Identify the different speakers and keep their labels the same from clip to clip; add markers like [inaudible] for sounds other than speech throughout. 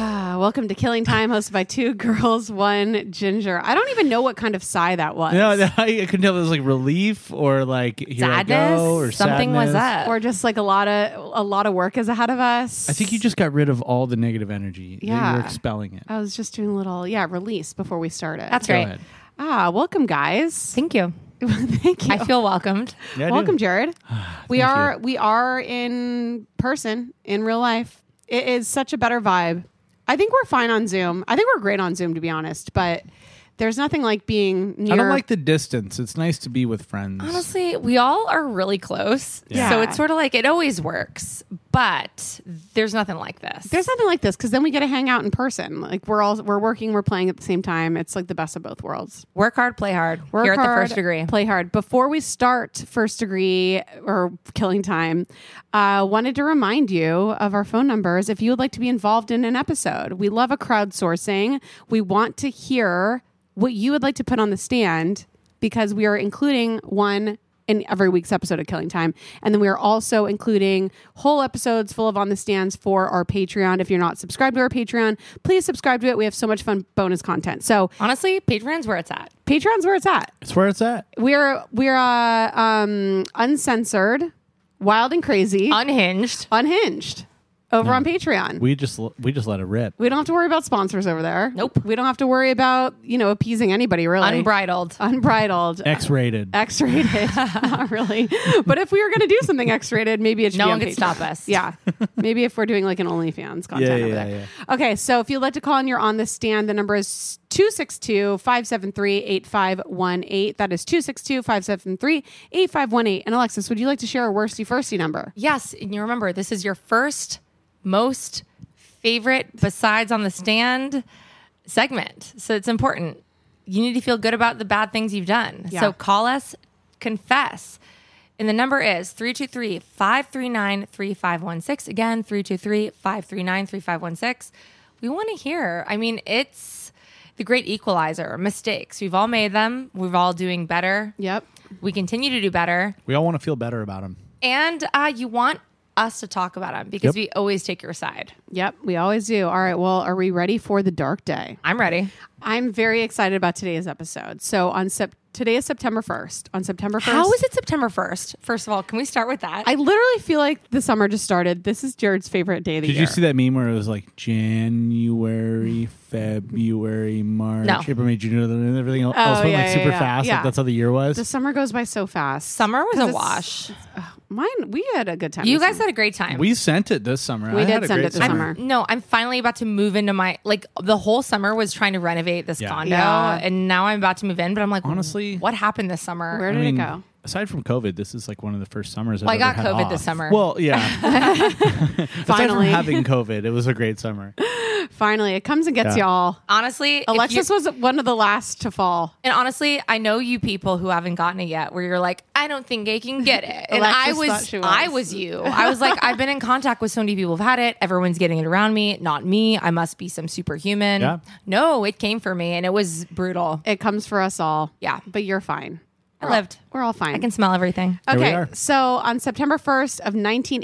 Speaker 1: Uh, Welcome to Killing Time, hosted by two [laughs] girls, one ginger. I don't even know what kind of sigh that was.
Speaker 2: No, no, [laughs] I couldn't tell if it was like relief or like here I
Speaker 3: Sadness?
Speaker 2: go or
Speaker 3: Something was
Speaker 2: sadness.
Speaker 3: up.
Speaker 1: Uh, Or just like a lot of a lot of work is ahead of us.
Speaker 2: I think you just got rid of all the negative energy.
Speaker 1: Yeah.
Speaker 2: you were expelling it.
Speaker 1: I was just doing a little yeah release before we started.
Speaker 3: That's
Speaker 2: Go
Speaker 3: great.
Speaker 2: ahead.
Speaker 1: ah welcome guys.
Speaker 3: Thank you.
Speaker 1: [laughs] Thank you.
Speaker 3: I feel welcomed.
Speaker 2: Yeah, I do.
Speaker 1: welcome Jared. we
Speaker 2: [sighs] Thank
Speaker 1: are we are in person in real life. It is such a better vibe. I think we're fine on Zoom. I think we're great on Zoom to be honest, but there's nothing like being near
Speaker 2: I don't like the distance. It's nice to be with friends.
Speaker 3: Honestly, we all are really close.
Speaker 1: Yeah.
Speaker 3: So
Speaker 1: Yeah.
Speaker 3: it's sort of like it always works, but there's nothing like this.
Speaker 1: There's nothing like this because then we get to hang out in person. Like we're all we're working, we're playing at the same time. It's like the best of both worlds.
Speaker 3: work hard, play hard.
Speaker 1: Work
Speaker 3: Here at the
Speaker 1: hard,
Speaker 3: first degree.
Speaker 1: play hard. Before we start first degree or killing time, uh, wanted to remind you of our phone numbers if you would like to be involved in an episode. We love a crowdsourcing. We want to hear what you would like to put on the stand because we are including one in every week's episode of Killing Time. And then we are also including whole episodes full of on the stands for our Patreon. If you're not subscribed to our Patreon, please subscribe to it. We have so much fun bonus content. So
Speaker 3: Honestly, Patreon's where it's at.
Speaker 1: Patreon's where it's at
Speaker 2: it's where it's at.
Speaker 1: we're we're uh, um, uncensored, wild and crazy,
Speaker 3: Unhinged.
Speaker 1: unhinged over on Patreon. We-
Speaker 2: We just l- we just let it rip.
Speaker 1: don't have to worry about sponsors over there.
Speaker 3: Nope.
Speaker 1: We don't have to worry about, you know, appeasing anybody really.
Speaker 3: Unbridled.
Speaker 1: Unbridled.
Speaker 2: X-rated.
Speaker 1: Uh,
Speaker 3: [laughs]
Speaker 1: X-rated. Not really. But if we were going to do something X-rated, maybe it should
Speaker 3: No
Speaker 1: be
Speaker 3: one
Speaker 1: on
Speaker 3: could
Speaker 1: Patreon.
Speaker 3: stop us. [laughs]
Speaker 1: Yeah. maybe if we're doing like an OnlyFans content over
Speaker 2: Yeah, yeah,
Speaker 1: there. Okay, so if you'd like to call and you're on the stand, the number is 262-573-8518. That is 262-573-8518. And Alexis, would you like to share a worsty firsty number?
Speaker 3: Yes. And you remember, this is your first, most favorite, besides on the stand segment. So it's important. You need to feel good about the bad things you've done.
Speaker 1: Yeah.
Speaker 3: So call us, confess. And the number is 323 539 3516. Again, 323 539 3516. We want to hear. I mean, it's the great equalizer mistakes. We've all made them, we're all doing better.
Speaker 1: Yep.
Speaker 3: We continue to do better.
Speaker 2: We all want to feel better about them.
Speaker 3: And uh, you want us to talk about them because
Speaker 2: Yep.
Speaker 3: we always take your side.
Speaker 1: Yep, we always do. All right, well, are we ready for the dark day?
Speaker 3: I'm ready.
Speaker 1: I'm very excited about today's episode. So on sep- today is September 1st. On September 1st.
Speaker 3: How is it September 1st? First of all, can we start with that?
Speaker 1: I literally feel like the summer just started. This is Jared's favorite day of the
Speaker 2: Did
Speaker 1: year.
Speaker 2: you see that meme where it was like January, February, March,
Speaker 3: No.
Speaker 2: April, May, June, and everything else went
Speaker 1: Oh, yeah,
Speaker 2: like
Speaker 1: yeah,
Speaker 2: super
Speaker 1: yeah.
Speaker 2: fast?
Speaker 1: Yeah.
Speaker 2: Like that's how the year was.
Speaker 1: The summer goes by so fast.
Speaker 3: Summer was
Speaker 1: 'Cause
Speaker 3: a
Speaker 1: it's- uh,
Speaker 3: wash.
Speaker 1: Mine, we had a good time.
Speaker 3: You
Speaker 1: this
Speaker 3: guys had a great time.
Speaker 2: we sent it this summer.
Speaker 1: We
Speaker 2: I
Speaker 1: did
Speaker 2: had a
Speaker 1: send
Speaker 2: great
Speaker 1: it this
Speaker 3: I'm-
Speaker 1: summer.
Speaker 3: No, I'm finally about to move into my like the whole summer was trying to renovate this
Speaker 2: Yeah.
Speaker 3: condo,
Speaker 1: Yeah.
Speaker 3: and now I'm about to move in. But I'm like,
Speaker 2: Honestly-
Speaker 3: what happened this summer?
Speaker 1: Where did
Speaker 2: I mean,
Speaker 1: it go?
Speaker 2: Aside from COVID, this is like one of the first summers.
Speaker 3: Well, I
Speaker 2: I've ever
Speaker 3: got
Speaker 2: had
Speaker 3: COVID
Speaker 2: off.
Speaker 3: this summer.
Speaker 2: Well, yeah. Aside from
Speaker 1: Finally.
Speaker 2: having COVID, it was a great summer.
Speaker 1: Finally, it comes and gets
Speaker 2: Yeah.
Speaker 1: y'all.
Speaker 3: Honestly, if
Speaker 1: Alexis
Speaker 3: you-
Speaker 1: was one of the last to fall.
Speaker 3: and honestly, I know you people who haven't gotten it yet, where you're like, I don't think I can get it, and
Speaker 1: Alexis
Speaker 3: I
Speaker 1: thought
Speaker 3: was,
Speaker 1: she was.
Speaker 3: I was you. I was like, I've been in contact with so many people who've had it. Everyone's getting it around me, not me. I must be some superhuman.
Speaker 2: Yeah.
Speaker 3: No, it came for me, and it was brutal.
Speaker 1: It comes for us all.
Speaker 3: Yeah.
Speaker 1: But you're fine.
Speaker 3: I lived.
Speaker 1: We're all fine.
Speaker 3: I can smell everything.
Speaker 2: Here we
Speaker 1: Okay,
Speaker 2: are.
Speaker 1: so on September 1st of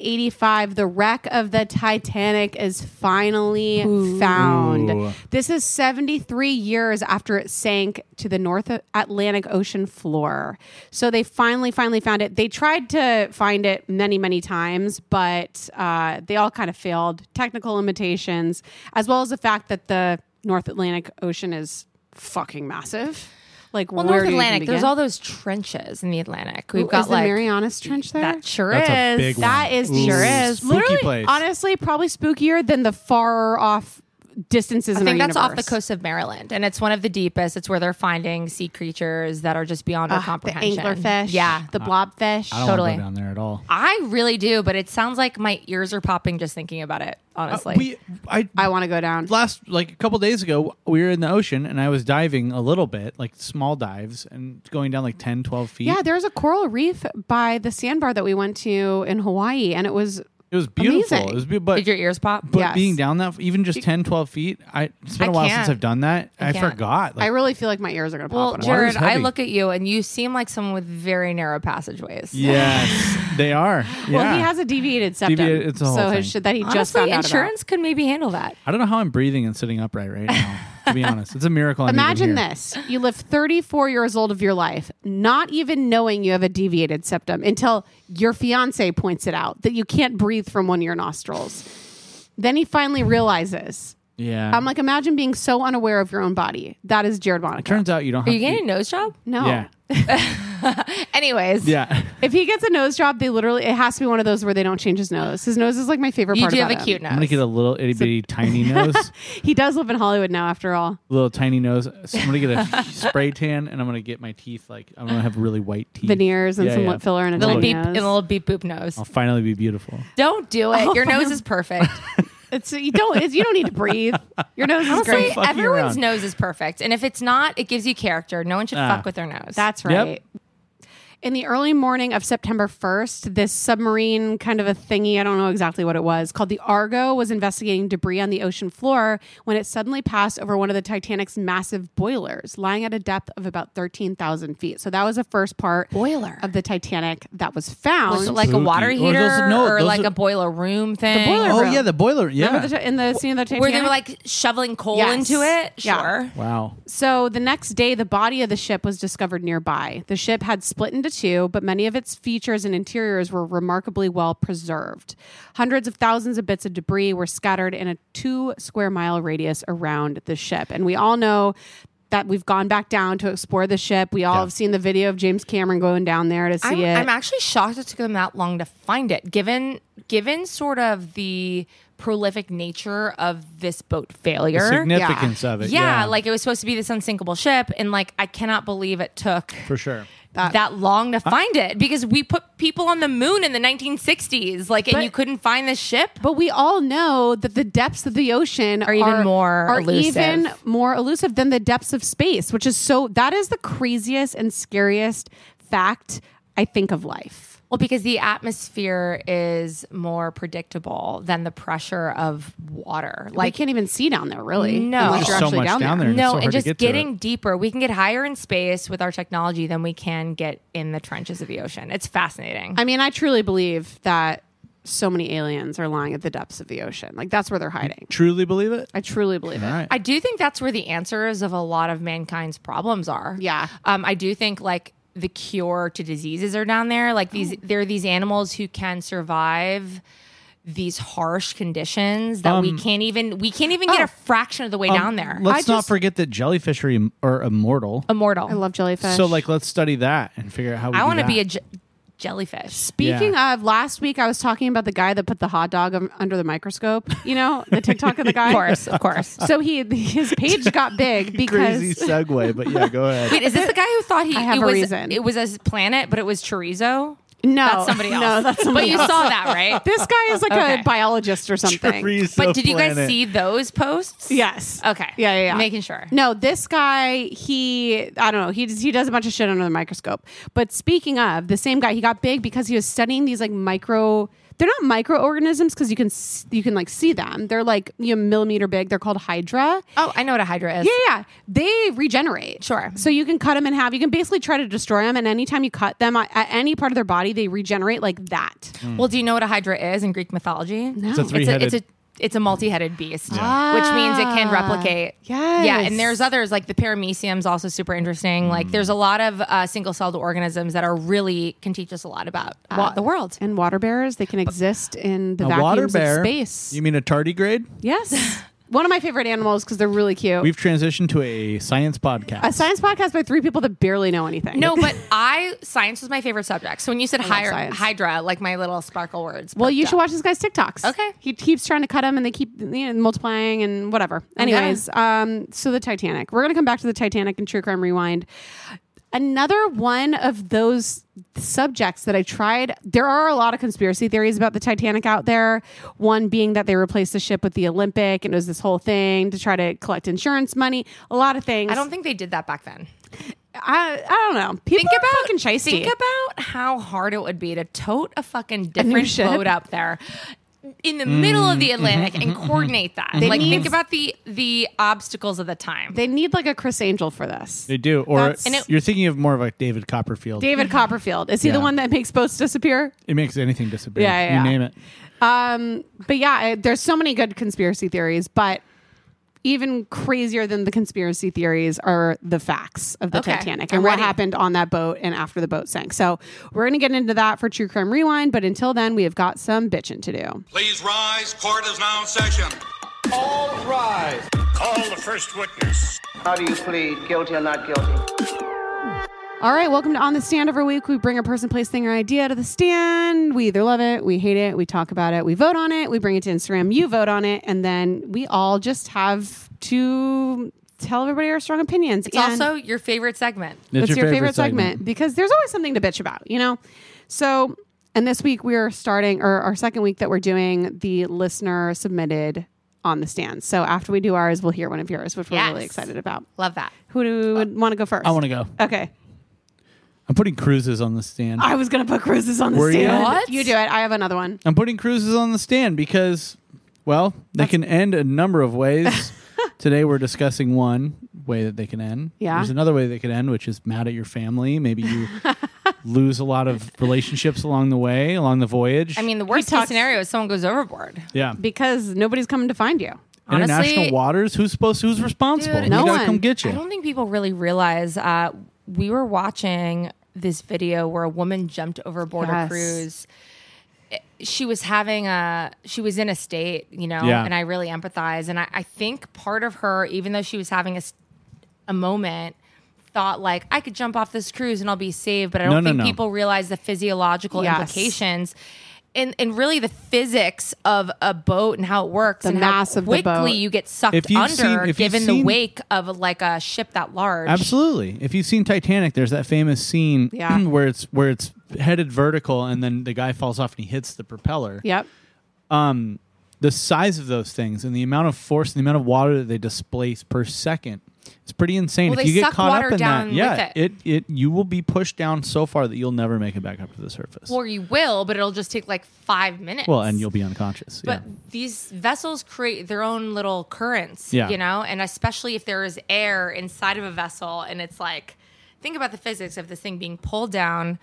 Speaker 1: 1985, the wreck of the Titanic is finally found.
Speaker 2: Ooh.
Speaker 1: This is 73 years after it sank to the North Atlantic Ocean floor. So they finally, finally found it. They tried to find it many, many times, but uh, they all kind of failed. Technical limitations, as well as the fact that the North Atlantic Ocean is fucking massive. Like,
Speaker 3: Well,
Speaker 1: where do
Speaker 3: North
Speaker 1: you even
Speaker 3: Atlantic. There's
Speaker 1: begin?
Speaker 3: all those trenches in the Atlantic. We've
Speaker 1: Ooh,
Speaker 3: got
Speaker 1: is
Speaker 3: like
Speaker 1: the Marianas Trench there.
Speaker 3: that. Sure
Speaker 2: That's a
Speaker 3: is.
Speaker 2: big
Speaker 1: That
Speaker 2: one.
Speaker 1: is
Speaker 2: Ooh,
Speaker 3: sure is.
Speaker 2: Spooky
Speaker 1: Literally,
Speaker 2: place.
Speaker 1: honestly, probably spookier than the far off distances.
Speaker 3: I
Speaker 1: in
Speaker 3: think
Speaker 1: our
Speaker 3: that's off the
Speaker 1: universe.
Speaker 3: coast of Maryland, and it's one of the deepest. It's where they're finding sea creatures that are just beyond our
Speaker 1: Ah, the
Speaker 3: comprehension.
Speaker 1: anglerfish,
Speaker 3: yeah.
Speaker 1: the blobfish.
Speaker 2: I don't want to
Speaker 3: Totally.
Speaker 2: go down there at all.
Speaker 3: I really do, but it sounds like my ears are popping just thinking about it. Honestly,
Speaker 2: Uh, we, I,
Speaker 1: I want to go down.
Speaker 2: last like a couple days ago we were in the ocean and i was diving a little bit like small dives and going down like 10 12 feet
Speaker 1: Yeah, there's a coral reef by the sandbar that we went to in Hawaii, and it was
Speaker 2: it was beautiful
Speaker 1: Amazing.
Speaker 2: it was beautiful but,
Speaker 3: did your ears pop?
Speaker 2: uh, but
Speaker 1: Yes.
Speaker 2: being down that even just 10 12 feet i it's been
Speaker 3: I
Speaker 2: a while
Speaker 3: can't.
Speaker 2: since i've done that i,
Speaker 3: can't.
Speaker 2: forgot
Speaker 1: I
Speaker 2: like,
Speaker 1: really feel like my ears are gonna pop.
Speaker 3: well,
Speaker 1: when I-
Speaker 2: water's
Speaker 3: Jared, I
Speaker 2: heavy.
Speaker 3: look at you, and you seem like someone with very narrow passageways.
Speaker 2: yes they are yeah
Speaker 1: well, he has a deviated septum,
Speaker 2: Deviated- it's a whole
Speaker 1: so
Speaker 2: thing.
Speaker 1: his shit that he just
Speaker 3: Honestly,
Speaker 1: found out about.
Speaker 3: insurance could maybe handle that.
Speaker 2: i don't know how i'm breathing and sitting upright right now
Speaker 1: [laughs]
Speaker 2: to be honest it's a miracle I'm even
Speaker 1: Imagine
Speaker 2: here.
Speaker 1: this. You live 34 years old of your life, not even knowing you have a deviated septum until your fiance points it out that you can't breathe from one of your nostrils. Then he finally realizes.
Speaker 2: yeah
Speaker 1: I'm like, imagine being so unaware of your own body. That is Jared Monaco.
Speaker 2: turns out you don't
Speaker 3: Are
Speaker 2: have
Speaker 3: you getting a
Speaker 2: to,
Speaker 3: nose job?
Speaker 1: no.
Speaker 2: yeah
Speaker 3: [laughs] Anyways,
Speaker 2: yeah
Speaker 1: [laughs]
Speaker 2: [laughs]
Speaker 1: If he gets a nose job, they literally, it has to be one of those where they don't change his nose. His nose is like my favorite
Speaker 3: you
Speaker 1: part
Speaker 3: do have
Speaker 1: about
Speaker 3: a cute
Speaker 1: him.
Speaker 3: nose.
Speaker 2: i'm gonna get a little itty bitty
Speaker 1: [laughs]
Speaker 2: tiny nose
Speaker 1: He does live in Hollywood now, after all.
Speaker 2: little tiny nose. So I'm gonna get
Speaker 1: [laughs]
Speaker 2: a spray tan, and I'm gonna get my teeth like I'm gonna have really white teeth,
Speaker 1: Veneers and
Speaker 2: Yeah,
Speaker 1: some
Speaker 2: yeah.
Speaker 1: lip filler and a
Speaker 3: little
Speaker 1: tiny
Speaker 3: beep
Speaker 1: nose.
Speaker 3: and a little beep boop nose.
Speaker 2: I'll finally be beautiful.
Speaker 3: Don't do it. Your
Speaker 2: Oh.
Speaker 3: nose
Speaker 2: [laughs]
Speaker 3: is perfect.
Speaker 1: It's, you, don't, it's, you don't need to breathe. Your nose is
Speaker 3: Honestly,
Speaker 1: great.
Speaker 2: fucking
Speaker 3: everyone's
Speaker 2: around.
Speaker 3: nose is perfect, and if it's not, it gives you character. No one should
Speaker 2: Ah.
Speaker 3: fuck with their nose.
Speaker 1: That's
Speaker 2: Yep.
Speaker 1: right. In the early morning of September 1st, this submarine kind of a thingy, I don't know exactly what it was, called the Argo, was investigating debris on the ocean floor when it suddenly passed over one of the Titanic's massive boilers, lying at a depth of about 13,000 feet. So that was the first part
Speaker 3: Boiler.
Speaker 1: of the Titanic that was found.
Speaker 3: Was it like a water
Speaker 2: Spooky. Or
Speaker 3: heater
Speaker 2: those-
Speaker 3: or,
Speaker 2: no, those
Speaker 3: like
Speaker 2: are-
Speaker 3: a boiler room thing?
Speaker 1: boiler Oh, room. yeah,
Speaker 2: the boiler.
Speaker 1: Remember the ti- in the scene of the Titanic?
Speaker 3: Where they were like shoveling coal
Speaker 1: Yes.
Speaker 3: into it?
Speaker 1: Yeah.
Speaker 3: Sure.
Speaker 2: wow.
Speaker 1: So the next day, the body of the ship was discovered nearby. The ship had split into two, but many of its features and interiors were remarkably well preserved. Hundreds of thousands of bits of debris were scattered in a two square mile radius around the ship. And we all know that we've gone back down to explore the ship. We all have seen the video of James Cameron going down there to see
Speaker 3: I'm,
Speaker 1: it.
Speaker 3: I'm actually shocked it took them that long to find it, given given sort of the prolific nature of this boat failure.
Speaker 2: Significance of
Speaker 3: yeah,
Speaker 2: it. Yeah,
Speaker 3: like it was supposed to be this unsinkable ship, and like I cannot believe it took
Speaker 2: for sure.
Speaker 3: that, long to find it because we put people on the moon in the 1960s, like, and you couldn't find this ship.
Speaker 1: But we all know that the depths of the ocean are
Speaker 3: even more
Speaker 1: are
Speaker 3: elusive.
Speaker 1: even more elusive than the depths of space, which is so that is the craziest and scariest fact I think of life.
Speaker 3: Well, because the atmosphere is more predictable than the pressure of water.
Speaker 1: I
Speaker 3: Like
Speaker 1: can't even see down there really.
Speaker 3: No.
Speaker 1: unless
Speaker 3: There's
Speaker 1: you're
Speaker 2: so
Speaker 1: actually
Speaker 2: much
Speaker 1: down,
Speaker 2: down
Speaker 1: there.
Speaker 2: there. and it's
Speaker 3: no,
Speaker 2: so hard
Speaker 3: and
Speaker 2: to
Speaker 3: just
Speaker 2: get to
Speaker 3: getting deeper. We can get higher in space with our technology than we can get in the trenches of the ocean. It's fascinating.
Speaker 1: I mean, I truly believe that so many aliens are lying at the depths of the ocean. Like that's where they're hiding.
Speaker 2: Truly believe it.
Speaker 1: I truly believe it.
Speaker 2: All right.
Speaker 3: I do think that's where the answers of a lot of mankind's problems are.
Speaker 1: Yeah.
Speaker 3: Um, I do think like the cure to diseases are down there. Like
Speaker 1: Oh.
Speaker 3: these, there are these animals who can survive these harsh conditions that
Speaker 2: Um,
Speaker 3: we can't even we can't even get
Speaker 1: oh.
Speaker 3: a fraction of the way down there.
Speaker 2: Let's
Speaker 1: I
Speaker 2: not
Speaker 1: just-
Speaker 2: forget that jellyfish are, im- are immortal.
Speaker 3: Immortal.
Speaker 1: I love jellyfish.
Speaker 2: So like, let's study that and figure out how. We
Speaker 3: I
Speaker 2: do
Speaker 3: want to be a
Speaker 2: that.
Speaker 3: j- jellyfish.
Speaker 1: Speaking
Speaker 2: Yeah.
Speaker 1: of last week, I was talking about the guy that put the hot dog um, under the microscope. You know, the TikTok of the guy.
Speaker 3: [laughs] Of course, of course.
Speaker 1: So he his page got big because
Speaker 2: [laughs] crazy
Speaker 1: [laughs]
Speaker 2: segue, but yeah, go ahead.
Speaker 3: Wait, is this the guy who thought he
Speaker 1: I have
Speaker 3: it
Speaker 1: a
Speaker 3: was
Speaker 1: reason.
Speaker 3: it was a planet, but it was chorizo?
Speaker 1: No,
Speaker 3: That's somebody
Speaker 1: [laughs]
Speaker 3: else.
Speaker 1: No, that's somebody
Speaker 3: but you
Speaker 1: else.
Speaker 3: saw that,
Speaker 1: [laughs]
Speaker 3: right?
Speaker 1: This guy is like
Speaker 3: Okay.
Speaker 1: a biologist or something.
Speaker 2: Teresa
Speaker 3: but did you guys
Speaker 2: Planet.
Speaker 3: see those posts?
Speaker 1: Yes.
Speaker 3: Okay.
Speaker 1: Yeah, yeah, yeah.
Speaker 3: Making sure.
Speaker 1: No, this guy, he, I don't know, he does, he does a bunch of shit under the microscope. But speaking of the same guy, he got big because he was studying these like micro. They're not microorganisms because you can s- you can like see them. They're like you know, millimeter big. They're called hydra.
Speaker 3: Oh, I know what a hydra is.
Speaker 1: Yeah, yeah. They regenerate.
Speaker 3: Sure.
Speaker 1: So you can cut them in half. You can basically try to destroy them, and anytime you cut them at at any part of their body, they regenerate like that.
Speaker 2: Mm.
Speaker 3: Well, do you know what a hydra is in Greek mythology? No.
Speaker 2: It's a three-headed-
Speaker 3: It's a, it's a it's a multi-headed beast, which means it can replicate.
Speaker 1: Ah. Yes.
Speaker 3: Yeah, and there's others like the paramecium's also super interesting.
Speaker 2: Mm.
Speaker 3: Like there's a lot of uh, single-celled organisms that are really can teach us a lot about uh, the world.
Speaker 1: And water bears, they can exist in the
Speaker 2: a
Speaker 1: vacuums
Speaker 2: water bear.
Speaker 1: of space.
Speaker 2: You mean a tardigrade?
Speaker 1: [laughs] yes. One of my favorite animals because they're really cute.
Speaker 2: We've transitioned to a science podcast.
Speaker 1: a science podcast by three people that barely know anything.
Speaker 3: No, but [laughs] I science was my favorite subject. So when you said hy-
Speaker 1: science.
Speaker 3: hydra, like my little sparkle words.
Speaker 1: Well,
Speaker 3: perked
Speaker 1: you
Speaker 3: up.
Speaker 1: should watch this guy's TikToks.
Speaker 3: Okay.
Speaker 1: He keeps trying to cut them and they keep you know, multiplying and whatever. Anyways, um, so the Titanic. We're going to come back to the Titanic and True Crime Rewind. Another one of those subjects that I tried. There are a lot of conspiracy theories about the Titanic out there. One being that they replaced the ship with the Olympic and it was this whole thing to try to collect insurance money. A lot of things.
Speaker 3: I don't think they did that back then.
Speaker 1: I, I don't know. People are fucking chasty.
Speaker 3: Think about how hard it would be to tote a fucking different
Speaker 1: ship. Mm-hmm.
Speaker 3: boat up there in the middle of the Atlantic and coordinate that. like think about the the obstacles of the time.
Speaker 1: they need like a Chris Angel for this.
Speaker 2: they do. Or
Speaker 1: That's- and
Speaker 3: it-
Speaker 2: you're thinking of more of like David Copperfield.
Speaker 1: David Copperfield. Is he the
Speaker 2: Yeah.
Speaker 1: one that makes boats disappear?
Speaker 2: it makes anything disappear.
Speaker 1: Yeah, yeah,
Speaker 2: You
Speaker 1: yeah.
Speaker 2: name it.
Speaker 1: Um, but yeah, I, there's so many good conspiracy theories, but even crazier than the conspiracy theories are the facts of the
Speaker 3: Okay.
Speaker 1: Titanic
Speaker 3: I'm
Speaker 1: and what
Speaker 3: ready.
Speaker 1: happened on that boat and after the boat sank. So we're going to get into that for True Crime Rewind, but until then, we have got some bitching to do.
Speaker 4: Please rise. Court is now in session.
Speaker 5: All rise.
Speaker 4: Call the first witness.
Speaker 5: How do you plead, guilty or not guilty?
Speaker 1: All right, welcome to On the Stand Every Week. We bring a person, place, thing, or idea to the stand. We either love it, we hate it, we talk about it, we vote on it, we bring it to Instagram, you vote on it, and then we all just have to tell everybody our strong opinions.
Speaker 3: It's
Speaker 1: And-
Speaker 3: also your favorite segment.
Speaker 1: What's your, favorite, segment? Because there's always something to bitch about, you know? So, and this week we're starting, or our second week that we're doing the listener submitted on the stand. So after we do ours, we'll hear one of yours, which we're really
Speaker 3: Yes.
Speaker 1: excited about.
Speaker 3: Love that.
Speaker 1: Who do would want to go first?
Speaker 2: I want to go.
Speaker 1: Okay.
Speaker 2: I'm putting cruises on the stand.
Speaker 1: I was going to put cruises on the
Speaker 2: Were you?
Speaker 1: stand.
Speaker 3: What?
Speaker 1: You do it. I have another one.
Speaker 2: I'm putting cruises on the stand because, well, they can end a number of
Speaker 3: [laughs]
Speaker 2: ways. Today we're discussing one way that they can end.
Speaker 1: Yeah.
Speaker 2: There's another way they can end, which is mad at your family. Maybe
Speaker 3: [laughs]
Speaker 2: you lose a lot of relationships along the way, along the voyage.
Speaker 3: I mean, the worst
Speaker 1: talks-
Speaker 3: case scenario is someone goes overboard.
Speaker 2: yeah.
Speaker 1: Because nobody's coming to find you.
Speaker 3: honestly-
Speaker 2: International waters. Who's supposed? Who's responsible?
Speaker 3: Dude,
Speaker 2: Who's
Speaker 1: No
Speaker 2: gotta
Speaker 1: one.
Speaker 2: Come get
Speaker 3: I
Speaker 2: you.
Speaker 3: don't think people really realize uh, we were watching this video where a woman jumped overboard
Speaker 1: Yes.
Speaker 3: a cruise. It- She was having a she was in a state, you know,
Speaker 2: Yeah.
Speaker 3: and I really empathize. And I, I think part of her, even though she was having a, s- a moment, thought like I could jump off this cruise and I'll be saved. But I don't
Speaker 2: No, no,
Speaker 3: think
Speaker 2: no.
Speaker 3: people realize the physiological
Speaker 1: Yes.
Speaker 3: implications. And, and really the physics of a boat and how it works
Speaker 1: The
Speaker 3: and
Speaker 1: mass
Speaker 3: how
Speaker 1: of the
Speaker 3: quickly
Speaker 1: boat.
Speaker 3: you get sucked
Speaker 2: If you've
Speaker 3: under
Speaker 2: seen- if you've
Speaker 3: given the
Speaker 2: seen-
Speaker 3: weight wake of like a ship that large.
Speaker 2: Absolutely. If you've seen Titanic, there's that famous scene
Speaker 1: Yeah.
Speaker 2: [clears throat] where it's where it's headed vertical and then the guy falls off and he hits the propeller.
Speaker 1: Yep.
Speaker 2: The size of those things and the amount of force and the amount of water that they displace per second. It's pretty insane.
Speaker 3: Well,
Speaker 2: if
Speaker 3: they
Speaker 2: you get
Speaker 3: suck
Speaker 2: caught
Speaker 3: water
Speaker 2: up in
Speaker 3: down
Speaker 2: that,
Speaker 3: with
Speaker 2: yeah,
Speaker 3: it.
Speaker 2: it you will be pushed down so far that you'll never make it back up to the surface.
Speaker 3: Or you will, but it'll just take like five minutes.
Speaker 2: well, and you'll be unconscious.
Speaker 3: But
Speaker 2: yeah.
Speaker 3: these vessels create their own little currents,
Speaker 2: Yeah.
Speaker 3: you know, and especially if there is air inside of a vessel and it's like, think about the physics of this thing being pulled down.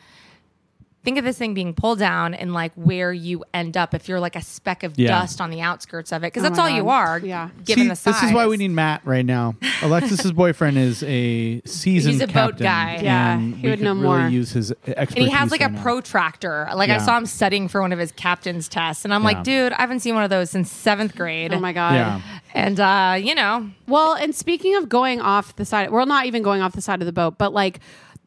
Speaker 3: Think of this thing being pulled down and like where you end up if you're like a speck of
Speaker 2: Yeah.
Speaker 3: dust on the outskirts of it, because that's
Speaker 1: Oh my
Speaker 3: all
Speaker 1: God.
Speaker 3: you are,
Speaker 1: Yeah.
Speaker 3: given
Speaker 2: See,
Speaker 3: the size.
Speaker 2: This is why we need Matt right now. Alexis's boyfriend is
Speaker 3: [laughs]
Speaker 2: a seasoned
Speaker 3: He's a boat
Speaker 2: captain,
Speaker 3: guy.
Speaker 1: Yeah,
Speaker 2: and
Speaker 1: he
Speaker 2: we
Speaker 1: would
Speaker 2: could
Speaker 1: know
Speaker 2: really
Speaker 1: more.
Speaker 2: Use his expertise.
Speaker 3: And he has like
Speaker 2: right
Speaker 3: a
Speaker 2: now.
Speaker 3: protractor. Like I
Speaker 2: Yeah.
Speaker 3: saw him studying for one of his captain's tests, and I'm
Speaker 2: Yeah.
Speaker 3: like, dude, I haven't seen one of those since seventh grade.
Speaker 1: Oh my God.
Speaker 2: Eh, Yeah.
Speaker 3: And uh, you know,
Speaker 1: Well, and speaking of going off the side, we're not even going off the side of the boat, but like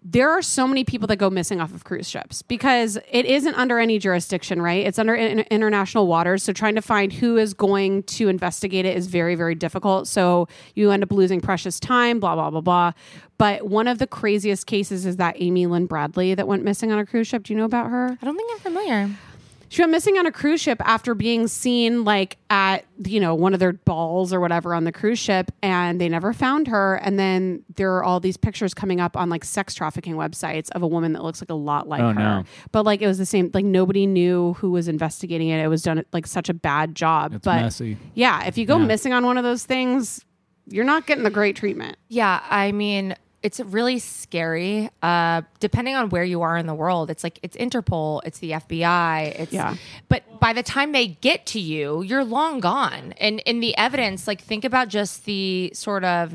Speaker 1: there are so many people that go missing off of cruise ships because it isn't under any jurisdiction, right? It's under in- international waters. So trying to find who is going to investigate it is very, very difficult. So you end up losing precious time, blah, blah, blah, blah. But one of the craziest cases is that Amy Lynn Bradley that went missing on a cruise ship. Do you know about her?
Speaker 3: I don't think I'm familiar.
Speaker 1: She went missing on a cruise ship after being seen like at you know one of their balls or whatever on the cruise ship, and they never found her. And then there are all these pictures coming up on like sex trafficking websites of a woman that looks like a lot like
Speaker 2: Oh,
Speaker 1: her,
Speaker 2: no.
Speaker 1: but like it was the same. Like nobody knew who was investigating it. It was done like such a bad job.
Speaker 2: It's
Speaker 1: but
Speaker 2: messy.
Speaker 1: yeah, if you go missing on one of those things, you're not getting the great treatment.
Speaker 3: Yeah, I mean, it's really scary. Uh, depending on where you are in the world, it's like it's Interpol, it's the FBI, it's
Speaker 1: Yeah.
Speaker 3: but by the time they get to you, you're long gone. And in the evidence, like think about just the sort of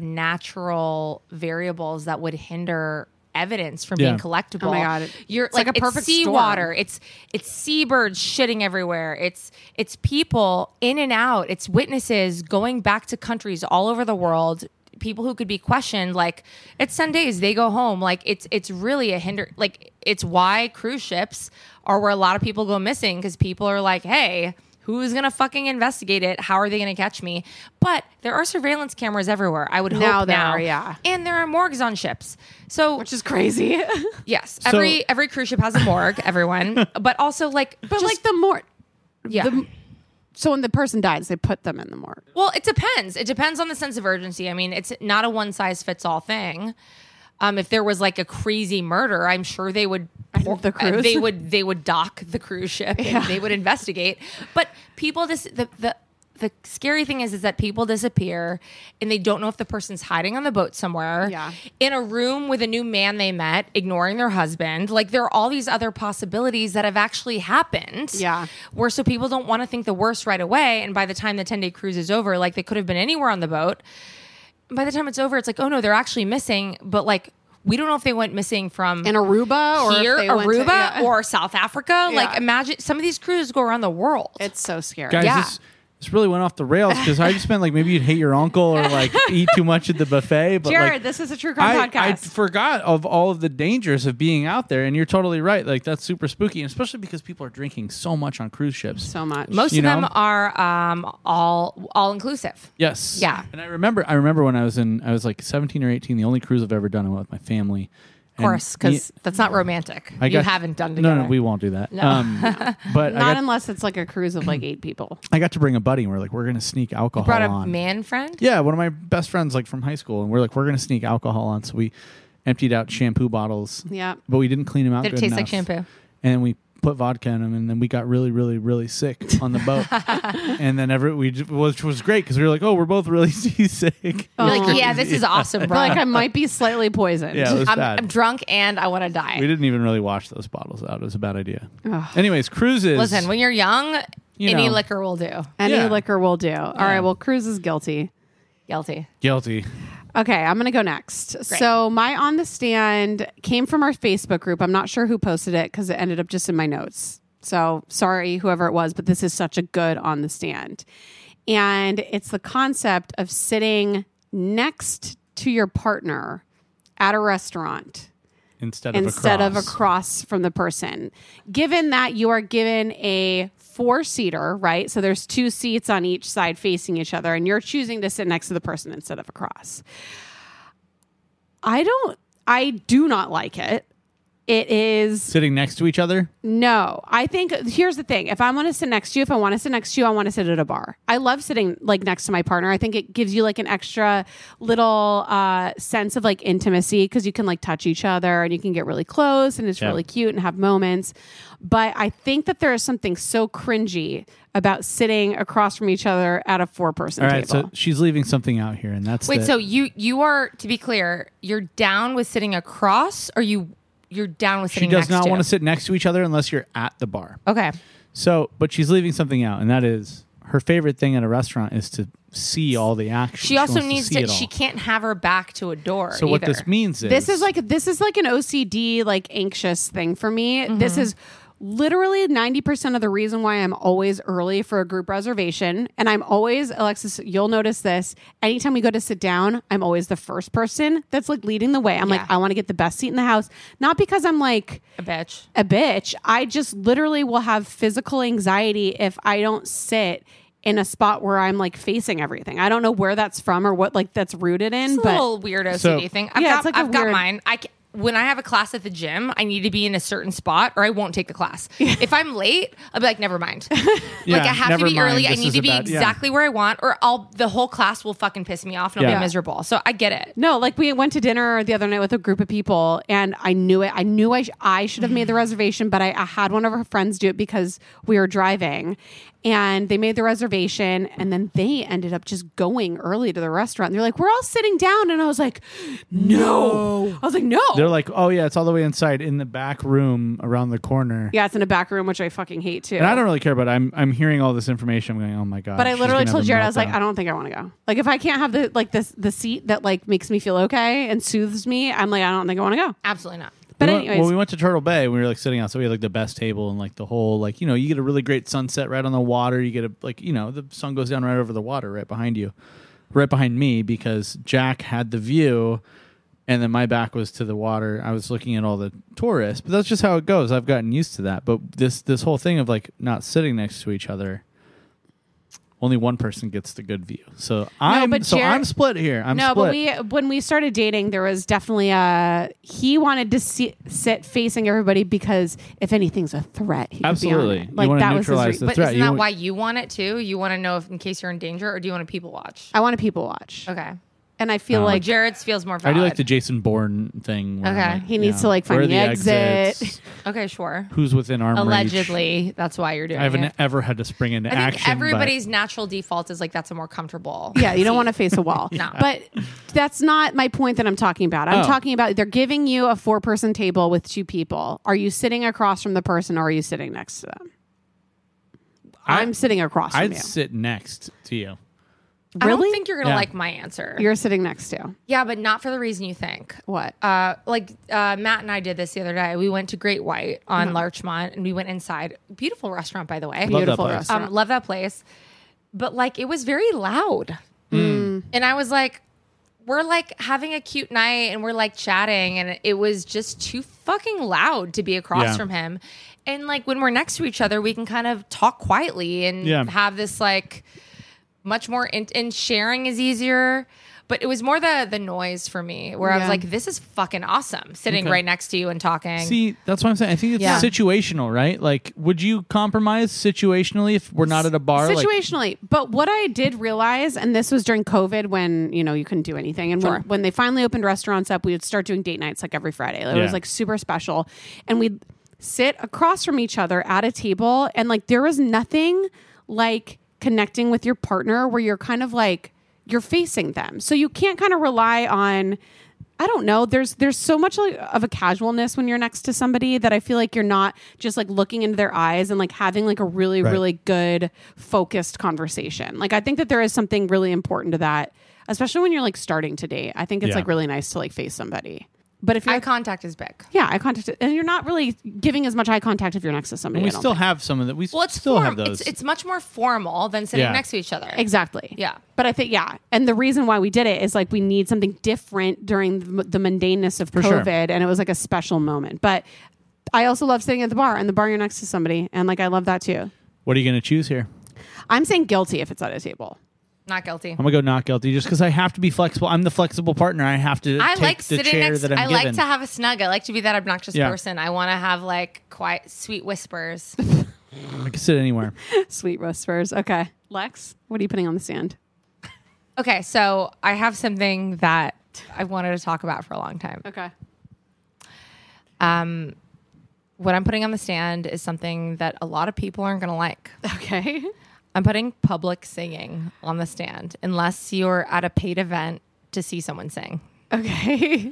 Speaker 3: natural variables that would hinder evidence from
Speaker 2: Yeah.
Speaker 3: being collectible.
Speaker 1: Oh my God.
Speaker 3: You're
Speaker 1: It's
Speaker 3: like,
Speaker 1: like a
Speaker 3: a perfect
Speaker 1: perfect
Speaker 3: it's seawater. It's it's seabirds shitting everywhere. It's it's people in and out. It's witnesses going back to countries all over the world. People who could be questioned, like it's ten days, they go home. Like it's it's really a hinder. Like it's why cruise ships are where a lot of people go missing because people are like, hey. Who's gonna fucking investigate it? How are they gonna catch me? But there are surveillance cameras everywhere. I would
Speaker 1: Now
Speaker 3: hope
Speaker 1: there
Speaker 3: now,
Speaker 1: are, yeah.
Speaker 3: And there are morgues on ships, so
Speaker 1: Which is crazy. [laughs]
Speaker 3: Yes, every every cruise ship has a morgue.
Speaker 1: [laughs]
Speaker 3: Everyone, but also like,
Speaker 1: But
Speaker 3: just-
Speaker 1: like the more
Speaker 3: yeah.
Speaker 1: the- so when the person dies, they put them in the morgue.
Speaker 3: well, it depends. It depends on the sense of urgency. I mean, it's not a one size fits all thing. Um, if there was like a crazy murder, I'm sure they would uh,
Speaker 1: End the cruise.
Speaker 3: they would they would dock the cruise ship and they would investigate. But people dis- the the the scary thing is is that people disappear and they don't know if the person's hiding on the boat somewhere
Speaker 1: Yeah.
Speaker 3: in a room with a new man they met ignoring their husband like there are all these other possibilities that have actually happened
Speaker 1: Yeah.
Speaker 3: where so people don't want to think the worst right away and by the time the 10 day cruise is over like they could have been anywhere on the boat by the time it's over it's like oh no they're actually missing but like we don't know if they went missing from
Speaker 1: In Aruba or if
Speaker 3: here
Speaker 1: they went to-
Speaker 3: aruba
Speaker 1: yeah.
Speaker 3: or south africa
Speaker 1: Yeah.
Speaker 3: like imagine some of these cruises go around the world
Speaker 1: It's so scary.
Speaker 2: guys,
Speaker 3: Yeah.
Speaker 2: this, this really went off the rails because I just meant like maybe you'd hate your uncle or
Speaker 3: [laughs]
Speaker 2: like eat too much at the buffet. But
Speaker 1: Jared,
Speaker 2: like,
Speaker 1: this is a true crime
Speaker 2: I,
Speaker 1: podcast.
Speaker 2: I forgot of all of the dangers of being out there, and you're totally right. Like that's super spooky, and especially because people are drinking so much on cruise ships.
Speaker 1: so much.
Speaker 3: most
Speaker 2: you
Speaker 3: of them
Speaker 2: know?
Speaker 3: are um, all all inclusive
Speaker 2: Yes.
Speaker 3: Yeah.
Speaker 2: And I remember, I remember when I was in, I was like 17 or 18. The only cruise I've ever done, I went with my family.
Speaker 3: of course because that's not romantic you haven't done together
Speaker 2: No, no, we won't do that.
Speaker 3: [laughs]
Speaker 2: Um, but
Speaker 1: Not
Speaker 2: I got,
Speaker 1: unless it's like a cruise of like eight people.
Speaker 2: I got to bring a buddy, and we're like, we're gonna sneak alcohol
Speaker 3: brought a
Speaker 2: on.
Speaker 3: man friend
Speaker 2: Yeah, one of my best friends, like from high school, and we're like, we're gonna sneak alcohol on. So we emptied out shampoo bottles.
Speaker 1: Yeah.
Speaker 2: But we didn't clean them out.
Speaker 3: Did it
Speaker 2: good
Speaker 3: taste like
Speaker 2: enough.
Speaker 3: shampoo?
Speaker 2: And we put vodka in them, and then we got really, really, really sick on the
Speaker 3: [laughs]
Speaker 2: boat. and then every we, ju- which was great because we were like, oh, we're both really [laughs] seasick.
Speaker 3: You're like, yeah, this is
Speaker 2: [laughs]
Speaker 3: awesome, bro.
Speaker 1: Oh. Like I might be slightly poisoned.
Speaker 2: Yeah, it was
Speaker 3: I'm,
Speaker 2: bad.
Speaker 3: I'm drunk and I want to
Speaker 2: We
Speaker 3: die.
Speaker 2: didn't even really wash those bottles out. It was a bad idea. Anyways, cruises.
Speaker 3: Listen, when you're young,
Speaker 2: You
Speaker 3: any
Speaker 2: know.
Speaker 3: liquor will do.
Speaker 1: [laughs] Any
Speaker 2: Yeah.
Speaker 1: liquor will do. All right. Well, Cruz is guilty.
Speaker 3: Guilty.
Speaker 2: guilty.
Speaker 1: Okay, I'm going to go next. So, my on the stand came from our Facebook group. I'm not sure who posted it because it ended up just in my notes. So, sorry, whoever it was, but this is such a good on the stand. And it's the concept of sitting next to your partner at a restaurant
Speaker 2: Instead of
Speaker 1: instead
Speaker 2: across.
Speaker 1: of across from the person. Given that you are given a four seater, right? So there's two seats on each side facing each other, and you're choosing to sit next to the person instead of across. I don't, I do not like it. It is
Speaker 2: sitting next to each other.
Speaker 1: no. I think here's the thing. If I want to sit next to you, if I want to sit next to you, I want to sit at a bar. I love sitting like next to my partner. I think it gives you like an extra little uh, sense of like intimacy because you can like touch each other and you can get really close and it's
Speaker 2: Yeah.
Speaker 1: really cute and have moments. But I think that there is something so cringy about sitting across from each other at a four person
Speaker 2: All right,
Speaker 1: table.
Speaker 2: so she's leaving something out here, and that's
Speaker 3: Wait,
Speaker 2: that-
Speaker 3: so you you are to be clear, you're down with sitting across, or you you're down with
Speaker 2: she
Speaker 3: sitting
Speaker 2: does
Speaker 3: next
Speaker 2: not
Speaker 3: to?
Speaker 2: want to sit next to each other unless you're at the bar.
Speaker 3: Okay,
Speaker 2: So, but she's leaving something out, and that is her favorite thing at a restaurant is to see all the action.
Speaker 3: she also
Speaker 2: wants
Speaker 3: needs
Speaker 2: see
Speaker 3: to.
Speaker 2: it all.
Speaker 3: She can't have her back to a door.
Speaker 2: So what
Speaker 3: either.
Speaker 2: this means is
Speaker 3: Mm-hmm.
Speaker 1: This is like this is like an OCD like anxious thing for me. This is literally 90% of the reason why I'm always early for a group reservation, and I'm always, Alexis, you'll notice this. Anytime we go to sit down, I'm always the first person that's like leading the way. I'm like,
Speaker 3: Yeah.
Speaker 1: I want to get the best seat in the house. Not because I'm like,
Speaker 3: A bitch.
Speaker 1: a bitch. I just literally will have physical anxiety if I don't sit in a spot where I'm like facing everything. I don't know where that's from or what like that's rooted in,
Speaker 3: It's a
Speaker 1: but
Speaker 3: little weirdo
Speaker 2: So-
Speaker 3: CD thing. I've
Speaker 1: Yeah,
Speaker 3: got,
Speaker 1: it's like a
Speaker 3: I've got
Speaker 1: weird-
Speaker 3: mine. I ca- when I have a class at the gym, I need to be in a certain spot or I won't take the [laughs] class. if I'm late, I'll be like, never mind. [laughs] like I have to
Speaker 2: never
Speaker 3: be
Speaker 2: mind,
Speaker 3: early. I
Speaker 2: this
Speaker 3: need
Speaker 2: is
Speaker 3: to be
Speaker 2: about- yeah.
Speaker 3: exactly where I want, or I'll the whole class will fucking piss me off and I'll
Speaker 2: Yeah.
Speaker 3: be miserable. So I get it.
Speaker 1: No, like we went to dinner the other night with a group of people, and I knew it. I knew I, sh- I should have made the reservation, but I, I had one of our friends do it because we were driving, and they made the reservation, and then they ended up just going early to the restaurant. They're like, "We're all sitting down," and I was like, "No!" I was like, "No."
Speaker 2: They're like, oh yeah, it's all the way inside in the back room around the corner.
Speaker 1: yeah, it's in a back room, which I fucking hate too.
Speaker 2: And I don't really care, but I'm I'm hearing all this information. I'm going, oh my god.
Speaker 1: But I
Speaker 2: she's
Speaker 1: literally
Speaker 2: gonna
Speaker 1: told
Speaker 2: have a
Speaker 1: Jared, I was like,
Speaker 2: meltdown.
Speaker 1: I don't think I want to go. Like, if I can't have the like this the seat that like makes me feel okay and soothes me, I'm like, I don't think I want to go.
Speaker 3: Absolutely not.
Speaker 1: But
Speaker 2: we went-
Speaker 1: anyways,
Speaker 2: when we went to Turtle Bay, we were like sitting outside. We had like the best table and like the whole like you know you get a really great sunset right on the water. You get a like you know the sun goes down right over the water right behind you, right behind me because Jack had the view, and then my back was to the water. I was looking at all the tourists, but that's just how it goes. I've gotten used to that. But this this whole thing of like not sitting next to each other. Only one person gets the good view, so I'm
Speaker 1: but
Speaker 2: so
Speaker 1: Jared-
Speaker 2: I'm split here. I'm
Speaker 1: no,
Speaker 2: split.
Speaker 1: but we when we started dating, there was definitely a he wanted to si- sit facing everybody because if anything's a threat, he could be on
Speaker 2: Absolutely.
Speaker 1: it.
Speaker 2: You
Speaker 1: like
Speaker 2: wanna
Speaker 1: that was his.
Speaker 2: neutralize
Speaker 1: re-
Speaker 2: the
Speaker 3: But
Speaker 2: That's right.
Speaker 3: isn't
Speaker 2: You
Speaker 3: that
Speaker 2: want-
Speaker 3: why you want it too? You want to know if in case you're in danger, or do you want to people watch?
Speaker 1: I want a people watch,
Speaker 3: Okay.
Speaker 1: and I
Speaker 2: Oh,
Speaker 1: feel
Speaker 2: [laughs]
Speaker 1: like
Speaker 3: Jared's feels more
Speaker 2: I
Speaker 3: valid.
Speaker 2: do like the Jason Bourne thing. where I'm
Speaker 3: Okay.
Speaker 2: like,
Speaker 1: He needs to, like,
Speaker 2: where
Speaker 1: find
Speaker 2: are
Speaker 1: the exit.
Speaker 2: exits?
Speaker 3: okay, sure.
Speaker 2: Who's within arm reach?
Speaker 3: Allegedly, that's why you're doing
Speaker 2: I haven't
Speaker 3: it.
Speaker 2: ever had to spring into
Speaker 3: I think
Speaker 2: action. but-
Speaker 3: everybody's natural default is like that's a more comfortable.
Speaker 1: Yeah, you don't want to face a wall.
Speaker 3: [laughs] No.
Speaker 1: But that's not my point that I'm talking about. I'm
Speaker 2: Oh.
Speaker 1: talking about they're giving you a four person table with two people. Are you sitting across from the person or are you sitting next to them?
Speaker 2: I-
Speaker 1: I, am sitting across
Speaker 2: I'd
Speaker 1: from you.
Speaker 2: sit next to you.
Speaker 3: I
Speaker 1: really?
Speaker 3: don't think you're gonna
Speaker 2: Yeah.
Speaker 3: like my answer.
Speaker 1: You're sitting next to
Speaker 3: yeah, but not for the reason you think.
Speaker 1: what?
Speaker 3: Uh, like uh, Matt and I did this the other day. We went to Great White on Larchmont, and we went inside. Beautiful restaurant, by the way.
Speaker 2: Mm-hmm. Love that
Speaker 1: Beautiful
Speaker 2: place.
Speaker 1: restaurant.
Speaker 3: Um, love that place. But like it was very loud.
Speaker 2: Mm.
Speaker 3: And I was like, we're like having a cute night and we're like chatting and it was just too fucking loud to be across
Speaker 2: Yeah.
Speaker 3: from him. And like when we're next to each other, we can kind of talk quietly and
Speaker 2: Yeah.
Speaker 3: have this like much more in- and sharing is easier. But it was more the the noise for me where I was
Speaker 1: Yeah.
Speaker 3: like, this is fucking awesome sitting right next to you and talking.
Speaker 2: See, that's what I'm saying. I think it's
Speaker 3: Yeah.
Speaker 2: situational, right? Like, would you compromise situationally if we're not at a bar? Like,
Speaker 1: situationally but what i did realize and this was during covid when you know you couldn't do anything and when, when they finally opened restaurants up we would start doing date nights like every friday Like, it
Speaker 2: Yeah.
Speaker 1: was like super special and we'd sit across from each other at a table and like there was nothing like connecting with your partner where you're kind of like you're facing them so you can't kind of rely on I don't know. There's there's so much like, of a casualness when you're next to somebody that I feel like you're not just like looking into their eyes and like having like a really
Speaker 2: Right.
Speaker 1: really good focused conversation. Like I think that there is something really important to that, especially when you're like starting to date. I think it's
Speaker 2: Yeah.
Speaker 1: like really nice to like face somebody. But if you're
Speaker 3: Eye contact is big.
Speaker 1: yeah, eye contact, and you're not really giving as much eye contact if you're next to somebody.
Speaker 2: and we
Speaker 1: I don't
Speaker 2: still
Speaker 1: think.
Speaker 2: have some of that. We
Speaker 3: Well, it's
Speaker 2: still
Speaker 3: form-
Speaker 2: have those.
Speaker 3: It's, it's much more formal than sitting
Speaker 2: Yeah.
Speaker 3: next to each other.
Speaker 1: Exactly.
Speaker 3: Yeah.
Speaker 1: But I think yeah, and the reason why we did it is like we need something different during the, the mundaneness of
Speaker 2: sure.
Speaker 1: COVID, and it was like a special moment. But I also love sitting at the bar, and the bar you're next to somebody, and like I love that too.
Speaker 2: what are you going to choose here?
Speaker 1: I'm saying guilty if it's at a table.
Speaker 3: Not guilty.
Speaker 2: I'm going to go not guilty just because I have to be flexible. I'm the flexible partner. I have to
Speaker 3: I
Speaker 2: take
Speaker 3: like
Speaker 2: the
Speaker 3: sitting
Speaker 2: chair
Speaker 3: next.
Speaker 2: that I'm
Speaker 3: I
Speaker 2: given.
Speaker 3: like to have a snug. I like to be that obnoxious
Speaker 2: Yeah.
Speaker 3: person. I want to have like quiet, sweet whispers.
Speaker 2: I can sit anywhere.
Speaker 1: Sweet whispers. Okay, Lex, what are you putting on the stand?
Speaker 3: okay, so I have something that I wanted to talk about for a long time.
Speaker 1: Okay.
Speaker 3: Um, what I'm putting on the stand is something that a lot of people aren't going to like.
Speaker 1: [laughs] Okay. [laughs]
Speaker 3: I'm putting public singing on the stand unless you're at a paid event to see someone sing.
Speaker 1: Okay.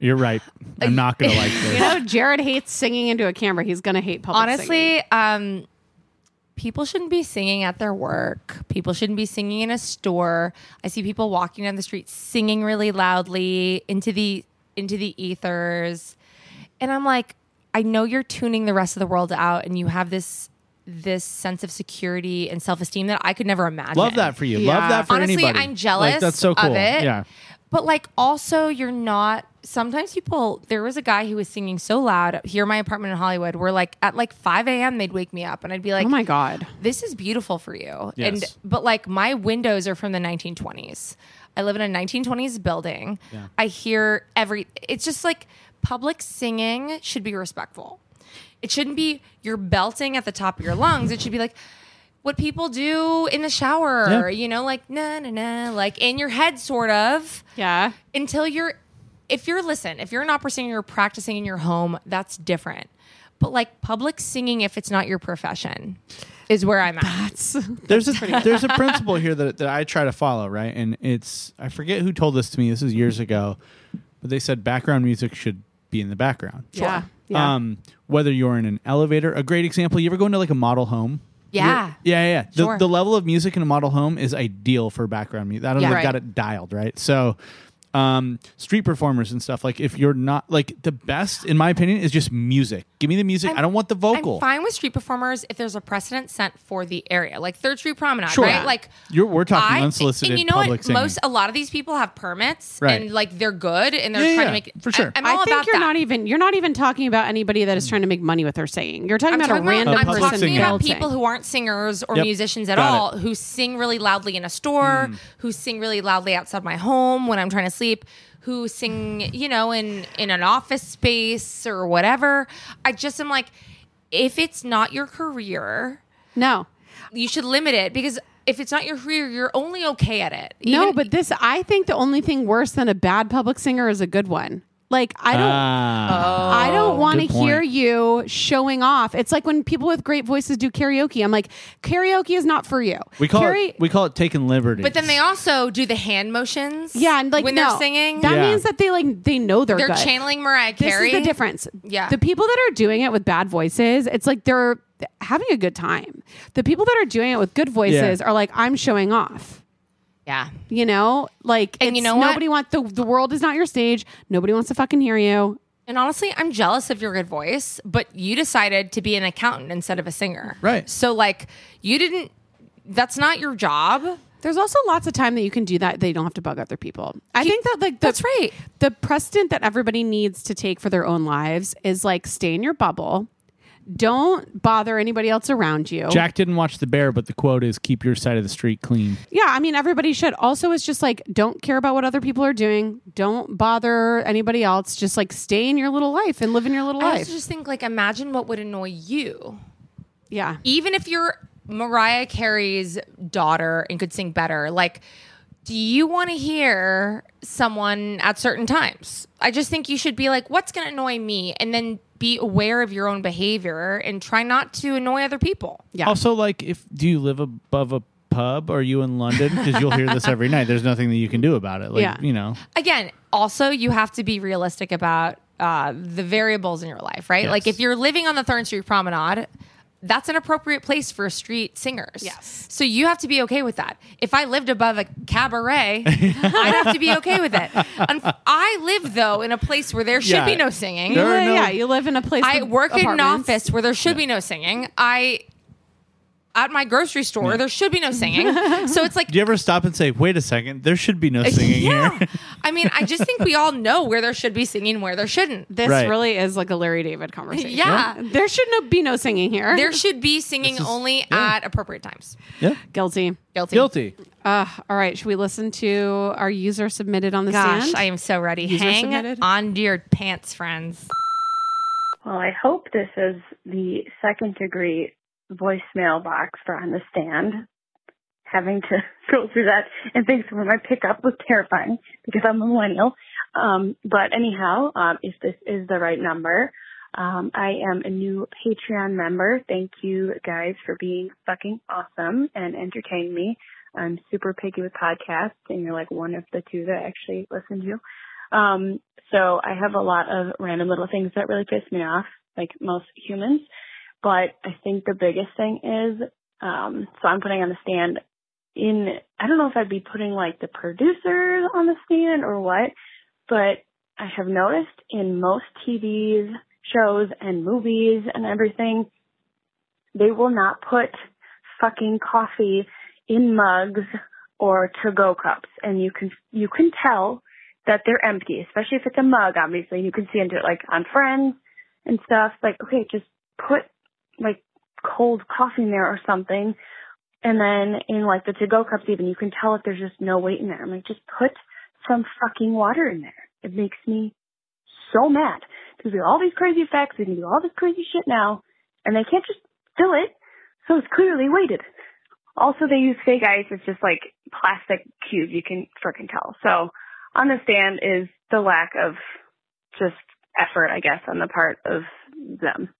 Speaker 2: You're right.
Speaker 3: [laughs]
Speaker 2: I'm not going to like this.
Speaker 1: you [laughs] know, Jared hates singing into a camera. He's gonna hate public. singing.
Speaker 3: Honestly, um, people shouldn't be singing at their work. People shouldn't be singing in a store. I see people walking down the street singing really loudly into the into the ethers, and I'm like, I know you're tuning the rest of the world out and you have this this sense of security and self-esteem that I could never imagine.
Speaker 2: Love that for you. Love
Speaker 1: Yeah.
Speaker 2: that for
Speaker 3: Honestly,
Speaker 2: anybody.
Speaker 3: I'm jealous
Speaker 2: Like, that's so cool.
Speaker 3: of it. [laughs]
Speaker 2: Yeah.
Speaker 3: But like also you're not sometimes people there was a guy who was singing so loud here in my apartment in Hollywood where like at like five AM they'd wake me up and I'd be like
Speaker 1: oh my god.
Speaker 3: this is beautiful for you.
Speaker 2: Yes.
Speaker 3: And but like my windows are from the 1920s. I live in a 1920s building. I hear every it's just like public singing should be respectful. It shouldn't be you're belting at the top of your lungs. It should be like what people do in the shower,
Speaker 2: Yeah.
Speaker 3: you know, like na na na, like in your head sort of
Speaker 1: Yeah.
Speaker 3: until you're if you're listen if you're an opera singer you're practicing in your home that's different but like public singing if it's not your profession is where i'm at
Speaker 2: there's a there's a principle here that, that I try to follow, right? And it's I forget who told this to me. This is years ago, but they said background music should be in the background.
Speaker 1: Yeah. Yeah.
Speaker 2: Um, whether you're in an elevator, a great example. You ever go into like a model home?
Speaker 3: yeah
Speaker 2: Yeah, yeah. yeah. The,
Speaker 3: Sure.
Speaker 2: the level of music in a model home is ideal for background music. I don't know.
Speaker 3: Yeah.
Speaker 2: They've
Speaker 3: Right.
Speaker 2: got it dialed right. So, um, street performers and stuff. Like, if you're not like the best, in my opinion, is just music. Give me the music. I don't want the vocal.
Speaker 3: i'm fine with street performers if there's a precedent set for the area like third street promenade
Speaker 2: Sure.
Speaker 3: right like
Speaker 2: You're- we're talking
Speaker 3: I-
Speaker 2: unsolicited
Speaker 3: and you know
Speaker 2: public
Speaker 3: what
Speaker 2: singing.
Speaker 3: most a lot of these people have permits
Speaker 2: Right.
Speaker 3: and like they're good and they're
Speaker 2: Yeah,
Speaker 3: trying
Speaker 2: yeah,
Speaker 3: to make
Speaker 2: for sure.
Speaker 3: I, am all
Speaker 1: I think
Speaker 3: about
Speaker 1: you're
Speaker 3: that.
Speaker 1: not even you're not even talking about anybody that is trying to make money with their singing. You're talking
Speaker 3: I'm
Speaker 1: about
Speaker 3: talking
Speaker 1: a random
Speaker 3: about, I'm
Speaker 1: person
Speaker 2: public
Speaker 3: talking about
Speaker 1: belting.
Speaker 3: people who aren't singers or
Speaker 2: Yep.
Speaker 3: musicians at
Speaker 2: Got it.
Speaker 3: all who sing really loudly in a store,
Speaker 1: Mm.
Speaker 3: who sing really loudly outside my home when I'm trying to sleep, who sing, you know, in in an office space or whatever. I just am like if it's not your career,
Speaker 1: no.
Speaker 3: you should limit it because if it's not your career, you're only okay at it.
Speaker 1: no,
Speaker 3: Even-
Speaker 1: but this I think the only thing worse than a bad public singer is a good one. Like I don't
Speaker 3: Oh.
Speaker 2: Ah.
Speaker 1: I don't want to
Speaker 2: Good point.
Speaker 1: hear you showing off. It's like when people with great voices do karaoke. I'm like, karaoke is not for you.
Speaker 2: we call
Speaker 1: Kara-
Speaker 2: it we call it taking liberties.
Speaker 3: but then they also do the hand motions.
Speaker 1: yeah, and like
Speaker 3: when
Speaker 1: no.
Speaker 3: they're singing,
Speaker 1: That
Speaker 2: Yeah.
Speaker 1: means that they like they know they're
Speaker 3: they're
Speaker 1: good.
Speaker 3: channeling Mariah
Speaker 1: This
Speaker 3: Carey.
Speaker 1: is the difference.
Speaker 3: Yeah.
Speaker 1: the people that are doing it with bad voices, it's like they're having a good time. The people that are doing it with good voices
Speaker 2: Yeah.
Speaker 1: are like, I'm showing off.
Speaker 3: Yeah.
Speaker 1: You know, like
Speaker 3: And you
Speaker 1: it's-
Speaker 3: know what?
Speaker 1: nobody wants the the world is not your stage. Nobody wants to fucking hear you.
Speaker 3: And honestly, I'm jealous of your good voice, but you decided to be an accountant instead of a singer.
Speaker 2: Right.
Speaker 3: So, like, you didn't, that's not your job.
Speaker 1: There's also lots of time that you can do that. That you don't have to bug other people. I think that like the,
Speaker 3: that's right.
Speaker 1: The precedent that everybody needs to take for their own lives is like stay in your bubble. Don't bother anybody else around you.
Speaker 2: Jack didn't watch the bear, but the quote is keep your side of the street clean.
Speaker 1: Yeah, I mean everybody should. Also, it's just like don't care about what other people are doing. Don't bother anybody else. Just like stay in your little life and live in your little
Speaker 3: I
Speaker 1: life.
Speaker 3: also just think, like, imagine what would annoy you.
Speaker 1: yeah.
Speaker 3: Even if you're Mariah Carey's daughter and could sing better, like, do you want to hear someone at certain times? I just think you should be like, what's going to annoy me? And then be aware of your own behavior and try not to annoy other people.
Speaker 1: Yeah.
Speaker 2: Also, like, if do you live above a pub? Are you in London? Because you'll hear this every night. There's nothing that you can do about it. Like,
Speaker 1: Yeah.
Speaker 2: you know,
Speaker 3: again, also you have to be realistic about uh, the variables in your life, right?
Speaker 2: Yes.
Speaker 3: Like if you're living on the Thorn Street Promenade, that's an appropriate place for street singers.
Speaker 1: Yes.
Speaker 3: So you have to be okay with that. If I lived above a
Speaker 2: [laughs]
Speaker 3: cabaret, I'd have to be okay with it. And I live though in a place where there should
Speaker 2: Yeah.
Speaker 3: be no singing.
Speaker 2: There are no-
Speaker 1: yeah, you live in a place.
Speaker 3: I
Speaker 1: with
Speaker 3: work in an
Speaker 1: apartments.
Speaker 3: office where there should be no singing. I at my grocery store there should be no singing.
Speaker 2: [laughs]
Speaker 3: so it's like
Speaker 2: do you ever stop and say, wait a second, there should be no
Speaker 3: [laughs]
Speaker 2: singing here?
Speaker 3: I mean, I just think we all know where there should be singing, where there shouldn't.
Speaker 1: This
Speaker 2: Right.
Speaker 1: really is like a Larry David conversation.
Speaker 3: Yeah.
Speaker 1: There should no be no singing here.
Speaker 3: There should be singing only at appropriate times. [laughs]
Speaker 2: yeah.
Speaker 1: guilty.
Speaker 3: Guilty.
Speaker 2: Guilty.
Speaker 1: Uh, all right. Should we listen to our user submitted on the
Speaker 3: Gosh,
Speaker 1: stand?
Speaker 3: I am so ready.
Speaker 1: User
Speaker 3: Hang
Speaker 1: submitted?
Speaker 3: on to your pants, friends.
Speaker 6: Well, I hope this is the second degree voicemail box for on the stand. Having to [laughs] go through that and things for my pickup was terrifying because I'm a millennial. Um, but anyhow, um, if this is the right number, um, I am a new Patreon member. Thank you guys for being fucking awesome and entertaining me. I'm super picky with podcasts, and you're like one of the two that I actually listen to. Um, so I have a lot of random little things that really piss me off, like most humans. But I think the biggest thing is, um, so I'm putting on the stand in, I don't know if I'd be putting like the producers on the stand or what, but I have noticed in most TVs shows and movies and everything, they will not put fucking coffee in mugs or to-go cups, and you can you can tell that they're empty, especially if it's a mug. Obviously, you can see into it, like on Friends and stuff. Like, okay, just put like cold coffee in there or something, and then in like the to-go cups, even you can tell if there's just no weight in there. I'm like, just put some fucking water in there. It makes me so mad because we have all these crazy facts, we can do all this crazy shit now, and they can't just fill it, so it's clearly weighted. Also, they use fake ice. It's just like plastic cube. You can frickin' tell. So, on the stand is the lack of just effort, I guess, on the part of them.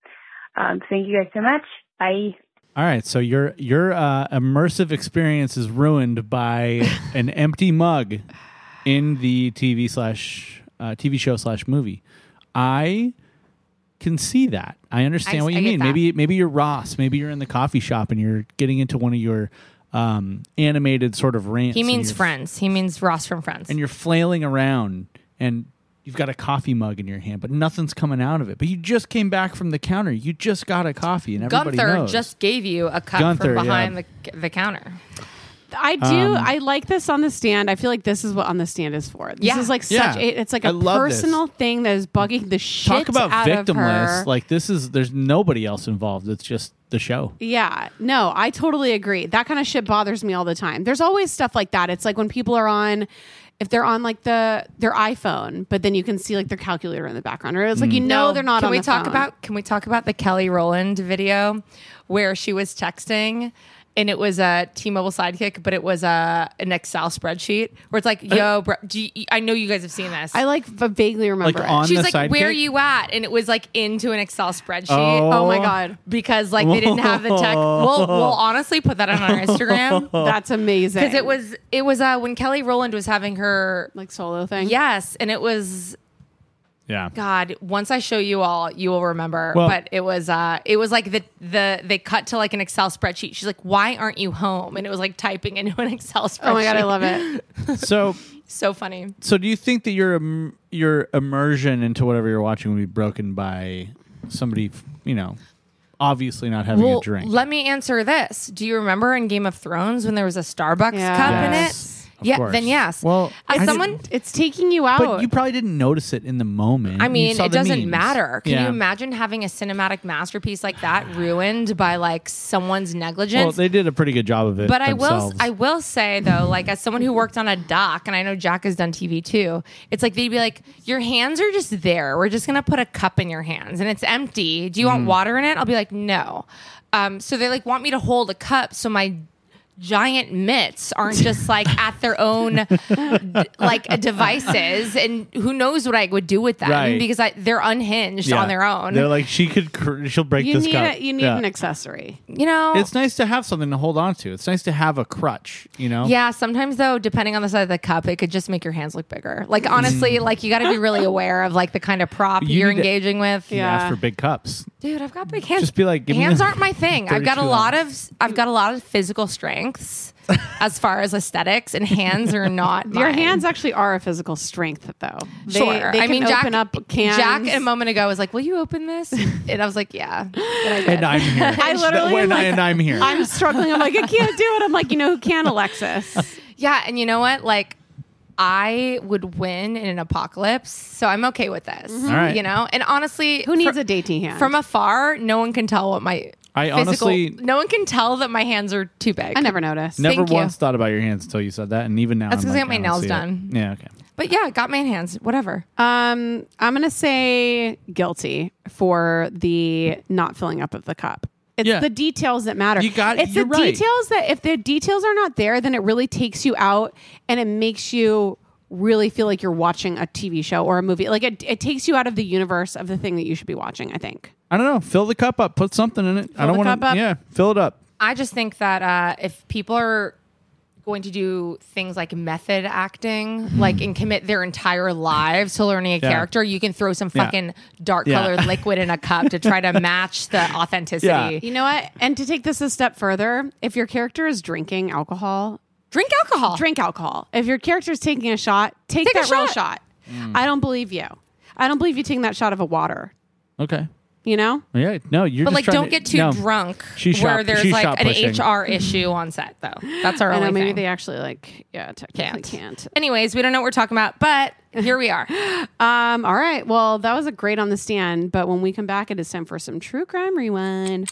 Speaker 6: Um, thank you guys so much. Bye.
Speaker 2: All right, so your your uh, immersive experience is ruined
Speaker 3: [laughs]
Speaker 2: by an empty mug in the TV slash uh, TV show slash movie. I can see that. I understand
Speaker 3: I-
Speaker 2: what you
Speaker 3: I get
Speaker 2: mean.
Speaker 3: that.
Speaker 2: Maybe maybe you're Ross. Maybe you're in the coffee shop and you're getting into one of your um, animated sort of rants.
Speaker 3: He
Speaker 2: and
Speaker 3: means
Speaker 2: you're-
Speaker 3: friends. He means Ross from Friends.
Speaker 2: and you're flailing around and you've got a coffee mug in your hand, but nothing's coming out of it. But you just came back from the counter. You just got a coffee, and everybody
Speaker 3: Gunther
Speaker 2: knows.
Speaker 3: just gave you a cup
Speaker 2: Gunther,
Speaker 3: from behind
Speaker 2: yeah.
Speaker 3: the, the counter.
Speaker 1: I
Speaker 2: Um,
Speaker 1: do. I like this on the stand. I feel like this is what on the stand is for. This
Speaker 3: Yeah.
Speaker 1: is like
Speaker 2: Yeah.
Speaker 1: such. A, it's like
Speaker 2: I
Speaker 1: a
Speaker 2: love this.
Speaker 1: personal thing that is bugging the shit
Speaker 2: talk about
Speaker 1: out of her.
Speaker 2: victimless. Like this is there's nobody else involved. It's just the show.
Speaker 1: Yeah, no, I totally agree. That kind of shit bothers me all the time. There's always stuff like that. It's like when people are on, if they're on like the their iPhone, but then you can see like their calculator in the background, or it's like you know they're not.
Speaker 3: Mm. Can
Speaker 1: on
Speaker 3: we
Speaker 1: the
Speaker 3: talk
Speaker 1: phone.
Speaker 3: about? Can we talk about the Kelly Rowland video where she was texting? And it was a T-Mobile sidekick, but it was a an Excel spreadsheet where it's like, "Yo, bro, do you, I know you guys have seen this."
Speaker 1: Uh, I like v- vaguely remember.
Speaker 2: Like
Speaker 1: it.
Speaker 2: on
Speaker 3: She's
Speaker 2: the
Speaker 3: like, "Where
Speaker 2: sidekick?
Speaker 3: you at?" And it was like into an Excel spreadsheet.
Speaker 1: Oh my God.
Speaker 3: Because like they didn't have the tech. We'll,
Speaker 1: [laughs]
Speaker 3: we'll honestly put that on our Instagram
Speaker 1: That's amazing.
Speaker 3: because it was it was uh, when Kelly Rowland was having her
Speaker 1: like solo thing.
Speaker 3: yes, and it was
Speaker 2: Yeah.
Speaker 3: God, once I show you all, you will remember.
Speaker 2: Well-
Speaker 3: but it was uh it was like the the they cut to like an Excel spreadsheet. She's like, Why aren't you home? And it was like typing into an Excel spreadsheet.
Speaker 1: Oh my god, I love it.
Speaker 3: [laughs]
Speaker 2: So
Speaker 3: So funny.
Speaker 2: so do you think that your im- your immersion into whatever you're watching would be broken by somebody, you know, obviously not having
Speaker 3: Well,
Speaker 2: a drink?
Speaker 3: let me answer this. Do you remember in Game of Thrones when there was a Starbucks
Speaker 1: Yeah.
Speaker 3: cup
Speaker 2: Yes,
Speaker 3: in
Speaker 2: of
Speaker 3: it? Yeah,
Speaker 2: course.
Speaker 3: then yes.
Speaker 2: Well,
Speaker 3: As
Speaker 2: I
Speaker 3: someone
Speaker 2: didn't-
Speaker 1: It's taking you out.
Speaker 2: but you probably didn't notice it in the moment.
Speaker 3: I
Speaker 2: You
Speaker 3: mean,
Speaker 2: saw
Speaker 3: it
Speaker 2: the
Speaker 3: doesn't
Speaker 2: memes.
Speaker 3: matter. Can
Speaker 2: Yeah.
Speaker 3: you imagine having a cinematic masterpiece like that ruined by like someone's negligence?
Speaker 2: Well, they did a pretty good job of it.
Speaker 3: But I will
Speaker 2: themselves.
Speaker 3: I will say though, like as someone who worked on a doc, and I know Jack has done TV too, it's like they'd be like, Your hands are just there. We're just gonna put a cup in your hands and it's empty. Do you
Speaker 2: Mm.
Speaker 3: want water in it? I'll be like, No. Um, so they like want me to hold a cup so my giant mitts aren't just like at their
Speaker 2: [laughs]
Speaker 3: own d- like devices and who knows what I would do with them
Speaker 2: Right.
Speaker 3: because I, they're unhinged
Speaker 2: Yeah.
Speaker 3: on their own.
Speaker 2: They're like she could cr- she'll break
Speaker 1: You
Speaker 2: this
Speaker 1: need
Speaker 2: cup.
Speaker 1: a, you need
Speaker 2: Yeah.
Speaker 1: an accessory.
Speaker 3: you know
Speaker 2: It's nice to have something to hold on to. It's nice to have a crutch, you know?
Speaker 3: Yeah, sometimes though, depending on the size of the cup, it could just make your hands look bigger. Like honestly, like you got to be really aware of like the kind of prop
Speaker 2: Mm. You
Speaker 3: you are
Speaker 2: need to-
Speaker 3: engaging with.
Speaker 2: You
Speaker 1: Yeah.
Speaker 2: ask for big cups.
Speaker 3: dude, I've got big hands.
Speaker 2: Just be like, give me
Speaker 3: hands
Speaker 2: the
Speaker 3: aren't my thing. I've got a
Speaker 2: 32
Speaker 3: lot of I've got a lot of physical
Speaker 2: [laughs]
Speaker 3: strengths as far as aesthetics, and hands are not
Speaker 1: [laughs] Your
Speaker 3: mine.
Speaker 1: hands actually are a physical strength, though. They,
Speaker 3: Sure,
Speaker 1: They
Speaker 3: I
Speaker 1: can
Speaker 3: mean,
Speaker 1: open
Speaker 3: Jack,
Speaker 1: up cans.
Speaker 3: Jack
Speaker 1: [laughs]
Speaker 3: a moment ago was like, "Will you open this?"
Speaker 2: [laughs]
Speaker 3: And I was like, "Yeah." And I did.
Speaker 2: And I'm here.
Speaker 1: I literally
Speaker 2: When
Speaker 1: am
Speaker 2: I-
Speaker 1: like-
Speaker 2: and I'm here.
Speaker 1: I'm struggling. I'm like, I can't do it. I'm like, you know who can, Alexis?
Speaker 3: Yeah, and you know what? Like, I would win in an apocalypse, so I'm okay with this.
Speaker 2: Mm-hmm. All right.
Speaker 3: You know, and honestly,
Speaker 1: Who needs
Speaker 3: fr-
Speaker 1: a dainty hand?
Speaker 3: From afar, no one can tell what my
Speaker 2: I
Speaker 3: physical.
Speaker 2: honestly-
Speaker 3: no one can tell that my hands are too big.
Speaker 1: I never noticed.
Speaker 2: Never
Speaker 3: Thank you.
Speaker 2: once thought about your hands until you said that. And even now,
Speaker 3: That's
Speaker 2: I'm
Speaker 3: 'cause I
Speaker 2: like,
Speaker 3: got my
Speaker 2: don't
Speaker 3: nails
Speaker 2: see it.
Speaker 3: done.
Speaker 2: Yeah, okay.
Speaker 3: But yeah, got man hands. Whatever.
Speaker 1: Um, I'm gonna say guilty for the not filling up of the cup. It's
Speaker 2: Yeah.
Speaker 1: the details that matter.
Speaker 2: You got-
Speaker 1: it's
Speaker 2: you're
Speaker 1: the
Speaker 2: right.
Speaker 1: details that if the details are not there, then it really takes you out and it makes you really feel like you're watching a TV show or a movie. Like it, it takes you out of the universe of the thing that you should be watching. I think.
Speaker 2: I don't know. Fill the cup up. Put something in it. I don't
Speaker 1: the
Speaker 2: want
Speaker 1: cup up.
Speaker 2: Yeah, fill it up.
Speaker 3: I just think that uh, if people are going to do things like method acting, like and commit their entire lives to learning a
Speaker 2: Yeah.
Speaker 3: character, you can throw some
Speaker 2: Yeah.
Speaker 3: fucking dark
Speaker 2: Yeah. [laughs]
Speaker 3: colored liquid in a cup to try to match the authenticity.
Speaker 2: Yeah.
Speaker 1: You know what? And to take this a step further, if your character is drinking alcohol,
Speaker 3: Drink
Speaker 7: [laughs]
Speaker 3: alcohol.
Speaker 1: drink alcohol. If your character's taking a shot, take,
Speaker 3: Take a
Speaker 1: that real
Speaker 3: shot.
Speaker 1: shot. I don't believe you. I don't believe you taking that shot of a water.
Speaker 2: Okay.
Speaker 7: You know?
Speaker 2: Yeah. No, you're.
Speaker 8: But
Speaker 2: just
Speaker 8: like,
Speaker 2: trying
Speaker 8: don't
Speaker 2: to-
Speaker 8: get too
Speaker 2: no.
Speaker 8: drunk
Speaker 2: She shop-
Speaker 8: where there's
Speaker 2: she
Speaker 8: like
Speaker 2: shop
Speaker 8: an
Speaker 2: pushing.
Speaker 8: HR issue on set, though. That's our
Speaker 7: I
Speaker 8: only
Speaker 7: know, maybe
Speaker 8: thing.
Speaker 7: they actually like yeah technically
Speaker 8: Can't.
Speaker 7: can't.
Speaker 8: Anyways, we don't know what we're talking about, but here we are.
Speaker 7: Um, all right. Well, that was a great on the stand, but when we come back, it is time for some true crime rewind.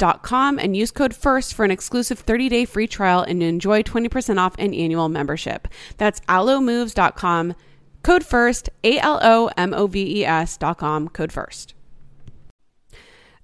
Speaker 1: and use code FIRST for an exclusive 30-day free trial and enjoy 20% off an annual membership. That's allomoves.com, code FIRST, A-L-O-M-O-V-E-S E dot com, code FIRST.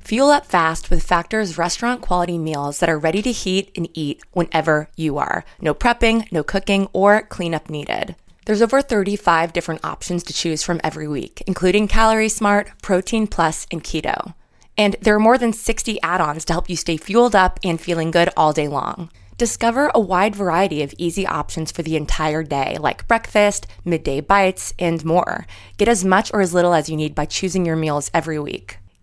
Speaker 3: Fuel [laughs] up fast with Factor's restaurant quality meals that are ready to heat and eat whenever you are. No prepping, no cooking, or cleanup needed. There's over 35 different options to choose from every week, including Calorie Smart, Protein Plus, and Keto. And there are more than 60 add ons to help you stay fueled up and feeling good all day long. Discover a wide variety of easy options for the entire day, like breakfast, midday bites, and more. Get as much or as little as you need by choosing your meals every week.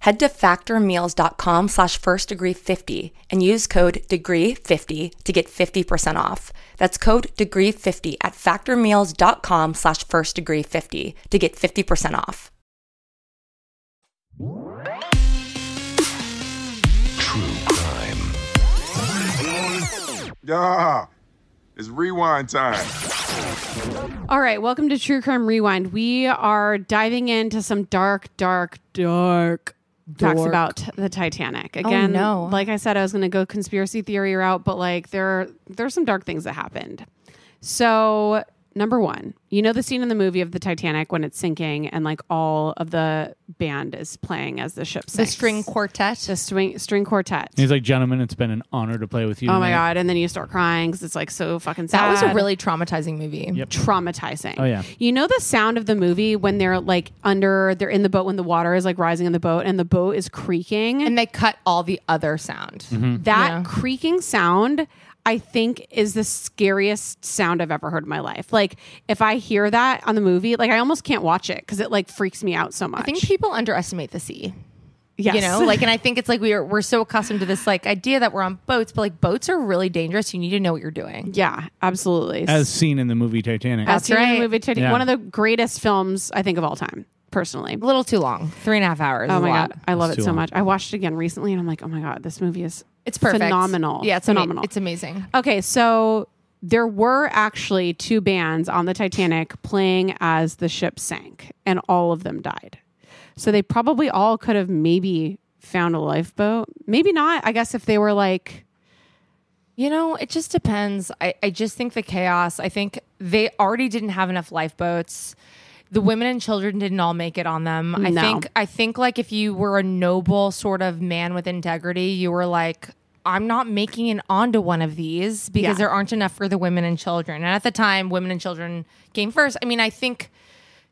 Speaker 3: Head to factormeals.com slash first degree 50 and use code degree 50 to get 50% off. That's code degree 50 at factormeals.com slash first degree 50 to get 50% off.
Speaker 9: Ah, it's rewind time.
Speaker 7: All right, welcome to True Crime Rewind. We are diving into some dark, dark, dark talks
Speaker 8: Dork.
Speaker 7: about the Titanic.
Speaker 8: Oh,
Speaker 7: Again,
Speaker 8: no.
Speaker 7: like I said, I was going to go conspiracy theory route, but like there, there's some dark things that happened. So, number one, you know the scene in the movie of the Titanic when it's sinking and like all of the band is playing as the ship sinks. The string
Speaker 8: quartet.
Speaker 7: The string string quartet.
Speaker 2: He's like, gentlemen, it's been an honor to play with you.
Speaker 7: oh my
Speaker 2: tonight."
Speaker 7: god! And then you start crying because it's like so fucking sad.
Speaker 8: That was a really traumatizing movie.
Speaker 7: Traumatizing.
Speaker 2: Oh, yeah.
Speaker 7: You know the sound of the movie when they're like under, they're in the boat when the water is like rising in the boat and the boat is creaking, and
Speaker 8: they cut all the other sound. Mhm.
Speaker 7: That
Speaker 8: Yeah.
Speaker 7: creaking sound, I think, is the scariest sound I've ever heard in my life. Like if I hear that on the movie, like I almost can't watch it because it like freaks me out so much.
Speaker 8: I think people underestimate the sea.
Speaker 3: You know,
Speaker 7: [laughs]
Speaker 3: like, and I think it's like we are we're so accustomed to this like idea that we're on boats, but like boats are really dangerous. You need to know what you're doing.
Speaker 1: Yeah, absolutely.
Speaker 2: as seen in the movie Titanic.
Speaker 1: As seen in the movie Titanic,
Speaker 2: Yeah.
Speaker 1: one of the greatest films I think of all time, personally. A
Speaker 3: little too long, three and a half hours.
Speaker 1: Oh
Speaker 3: is
Speaker 1: my
Speaker 3: a lot.
Speaker 1: god, I love
Speaker 2: It's
Speaker 1: it
Speaker 2: too
Speaker 1: so
Speaker 2: long.
Speaker 1: much. I watched it again recently, and I'm like, oh my god, this movie is
Speaker 3: It's perfect.
Speaker 1: phenomenal.
Speaker 3: Yeah, it's ama-
Speaker 1: phenomenal.
Speaker 3: it's amazing.
Speaker 1: Okay, so there were actually two bands on the Titanic playing as the ship sank, and all of them died. So they probably all could have maybe found a lifeboat. Maybe not. I guess if they were like,
Speaker 3: You know, it just depends. I, I just think the chaos, I think they already didn't have enough lifeboats. The women and children didn't all make it on them. I
Speaker 1: No.
Speaker 3: think I think like if you were a noble sort of man with integrity, you were like, I'm not making it onto one of these because
Speaker 1: Yeah.
Speaker 3: there aren't enough for the women and children. And at the time, women and children came first. I mean, I think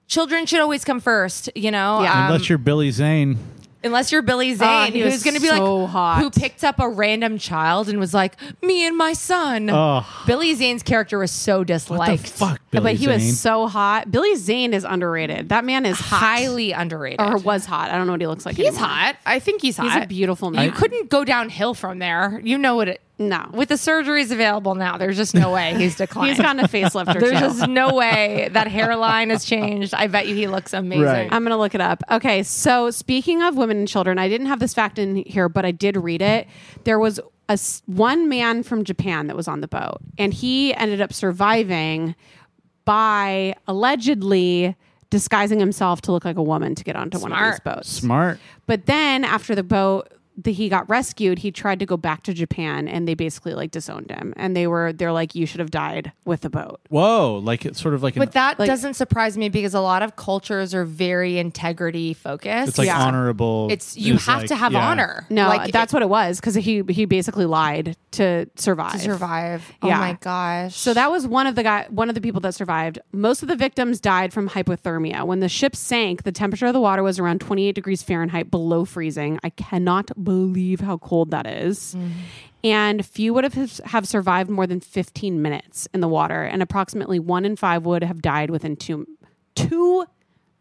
Speaker 3: children should always come first, you know?
Speaker 2: Yeah.
Speaker 3: Um,
Speaker 2: Unless you're Billy Zane.
Speaker 3: Unless you're Billy Zane,
Speaker 1: Ah, he
Speaker 3: who's
Speaker 1: was
Speaker 3: going to be
Speaker 1: so
Speaker 3: like,
Speaker 1: hot.
Speaker 3: who picked up a random child and was like, me and my son.
Speaker 2: Ugh.
Speaker 3: Billy Zane's character was so disliked.
Speaker 2: fuck, Billy
Speaker 1: but he
Speaker 2: Zane?
Speaker 1: was so hot. Billy Zane is underrated. That man is hot.
Speaker 3: Highly underrated.
Speaker 1: or was hot. I don't know what he looks like.
Speaker 3: he's
Speaker 1: anymore.
Speaker 3: hot. I think he's hot.
Speaker 1: He's a beautiful man.
Speaker 3: You couldn't go downhill from there. You know what it.
Speaker 1: no.
Speaker 3: With the surgeries available now, there's just no way
Speaker 1: [laughs]
Speaker 3: he's declined.
Speaker 1: He's gotten a facelift or two. [laughs]
Speaker 3: [laughs] There's just no way that hairline has changed. I bet you he looks amazing.
Speaker 2: Right.
Speaker 1: I'm going to look it up. Okay. So, speaking of women and children, I didn't have this fact in here, but I did read it. There was a s- one man from Japan that was on the boat, and he ended up surviving by allegedly disguising himself to look like a woman to get onto one of these
Speaker 3: Smart.
Speaker 1: boats.
Speaker 2: Smart.
Speaker 1: But then after the boat that he got rescued, he tried to go back to Japan and they basically like disowned him. And they were they're like, You should have died with the boat.
Speaker 2: Whoa. Like it's sort of like an,
Speaker 3: But that
Speaker 1: Like-
Speaker 3: doesn't surprise me because a lot of cultures are very integrity focused.
Speaker 2: it's like
Speaker 1: yeah.
Speaker 2: honorable.
Speaker 3: It's you
Speaker 2: is
Speaker 3: have
Speaker 2: like-
Speaker 3: to have
Speaker 2: yeah.
Speaker 3: honor.
Speaker 1: No,
Speaker 3: like
Speaker 1: that's what it was, because he he basically lied to survive.
Speaker 3: to survive. Oh
Speaker 1: Yeah.
Speaker 3: my gosh.
Speaker 1: So that was one of the guy, one of the people that survived. Most of the victims died from hypothermia. When the ship sank, the temperature of the water was around 28 degrees Fahrenheit, below freezing. I cannot believe how cold that is.
Speaker 3: Mm-hmm.
Speaker 1: And few would have have survived more than 15 minutes in the water, and approximately one in five would have died within two two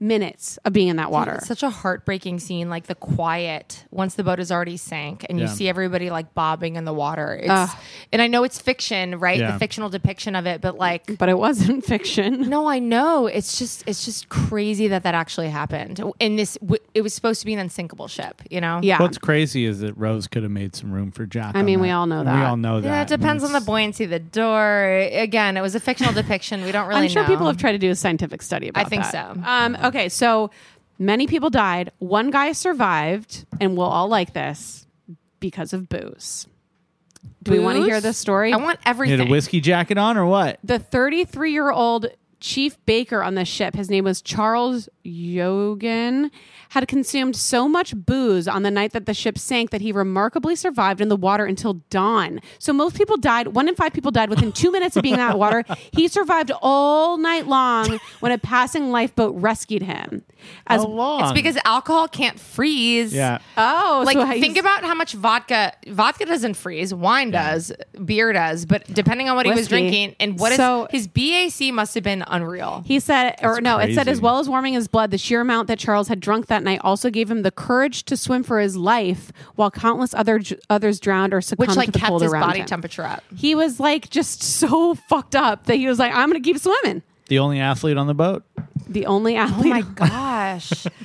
Speaker 1: minutes of being in that water.
Speaker 3: It's such a heartbreaking scene, like the quiet once the boat has already sank and
Speaker 2: Yeah.
Speaker 3: you see everybody like bobbing in the water. It's,
Speaker 1: Ugh.
Speaker 3: and I know it's fiction, right?
Speaker 2: Yeah.
Speaker 3: The fictional depiction of it, but like,
Speaker 1: but it wasn't [laughs] fiction.
Speaker 3: no, I know it's just it's just crazy that that actually happened. And this, w- it was supposed to be an unsinkable ship, you know?
Speaker 1: Yeah.
Speaker 2: What's crazy is that Rose could have made some room for Jack.
Speaker 1: I
Speaker 2: on
Speaker 1: mean, we
Speaker 2: that.
Speaker 1: all know
Speaker 2: And We
Speaker 1: that.
Speaker 2: all know that.
Speaker 3: Yeah,
Speaker 2: I
Speaker 3: it
Speaker 2: mean,
Speaker 3: depends on the
Speaker 2: it's-
Speaker 3: buoyancy of the door. Again, it was a fictional depiction. We don't really.
Speaker 1: I'm sure
Speaker 3: know.
Speaker 1: people have tried to do a scientific study about that.
Speaker 3: think so. Mm-hmm.
Speaker 1: Um, okay, so many people died. One guy survived, and we'll all like this because of booze. Do we want to
Speaker 3: Booze?
Speaker 1: hear this story?
Speaker 3: I want
Speaker 2: You
Speaker 3: everything.
Speaker 2: had a whiskey jacket on or what?
Speaker 1: the 33 year old chief baker on the ship, his name was Charles Yogan, had consumed so much booze on the night that the ship sank that he remarkably survived in the water until dawn. So most people died, one in five people died within two minutes of being in that water. He survived all night long when a passing lifeboat rescued him. As
Speaker 2: How long?
Speaker 3: It's because alcohol can't freeze.
Speaker 2: Yeah.
Speaker 1: Oh,
Speaker 3: like
Speaker 1: so he's-
Speaker 3: think about how much vodka vodka doesn't freeze wine does beer does but depending on what he was
Speaker 1: Whiskey.
Speaker 3: drinking and what is
Speaker 1: So-
Speaker 3: his bac must have been unreal
Speaker 1: He said, or
Speaker 2: That's
Speaker 1: no, it said,
Speaker 2: crazy.
Speaker 1: as well as warming his blood, the sheer amount that Charles had drunk that night also gave him the courage to swim for his life while countless other others drowned or succumbed
Speaker 3: which like
Speaker 1: to the
Speaker 3: kept
Speaker 1: cold
Speaker 3: his
Speaker 1: around
Speaker 3: body
Speaker 1: him.
Speaker 3: temperature up
Speaker 1: He was like just so [laughs] fucked up that he was like, I'm going to keep swimming.
Speaker 2: The only athlete on the boat.
Speaker 1: The only
Speaker 3: Oh
Speaker 1: athlete. [laughs]
Speaker 3: gosh [laughs]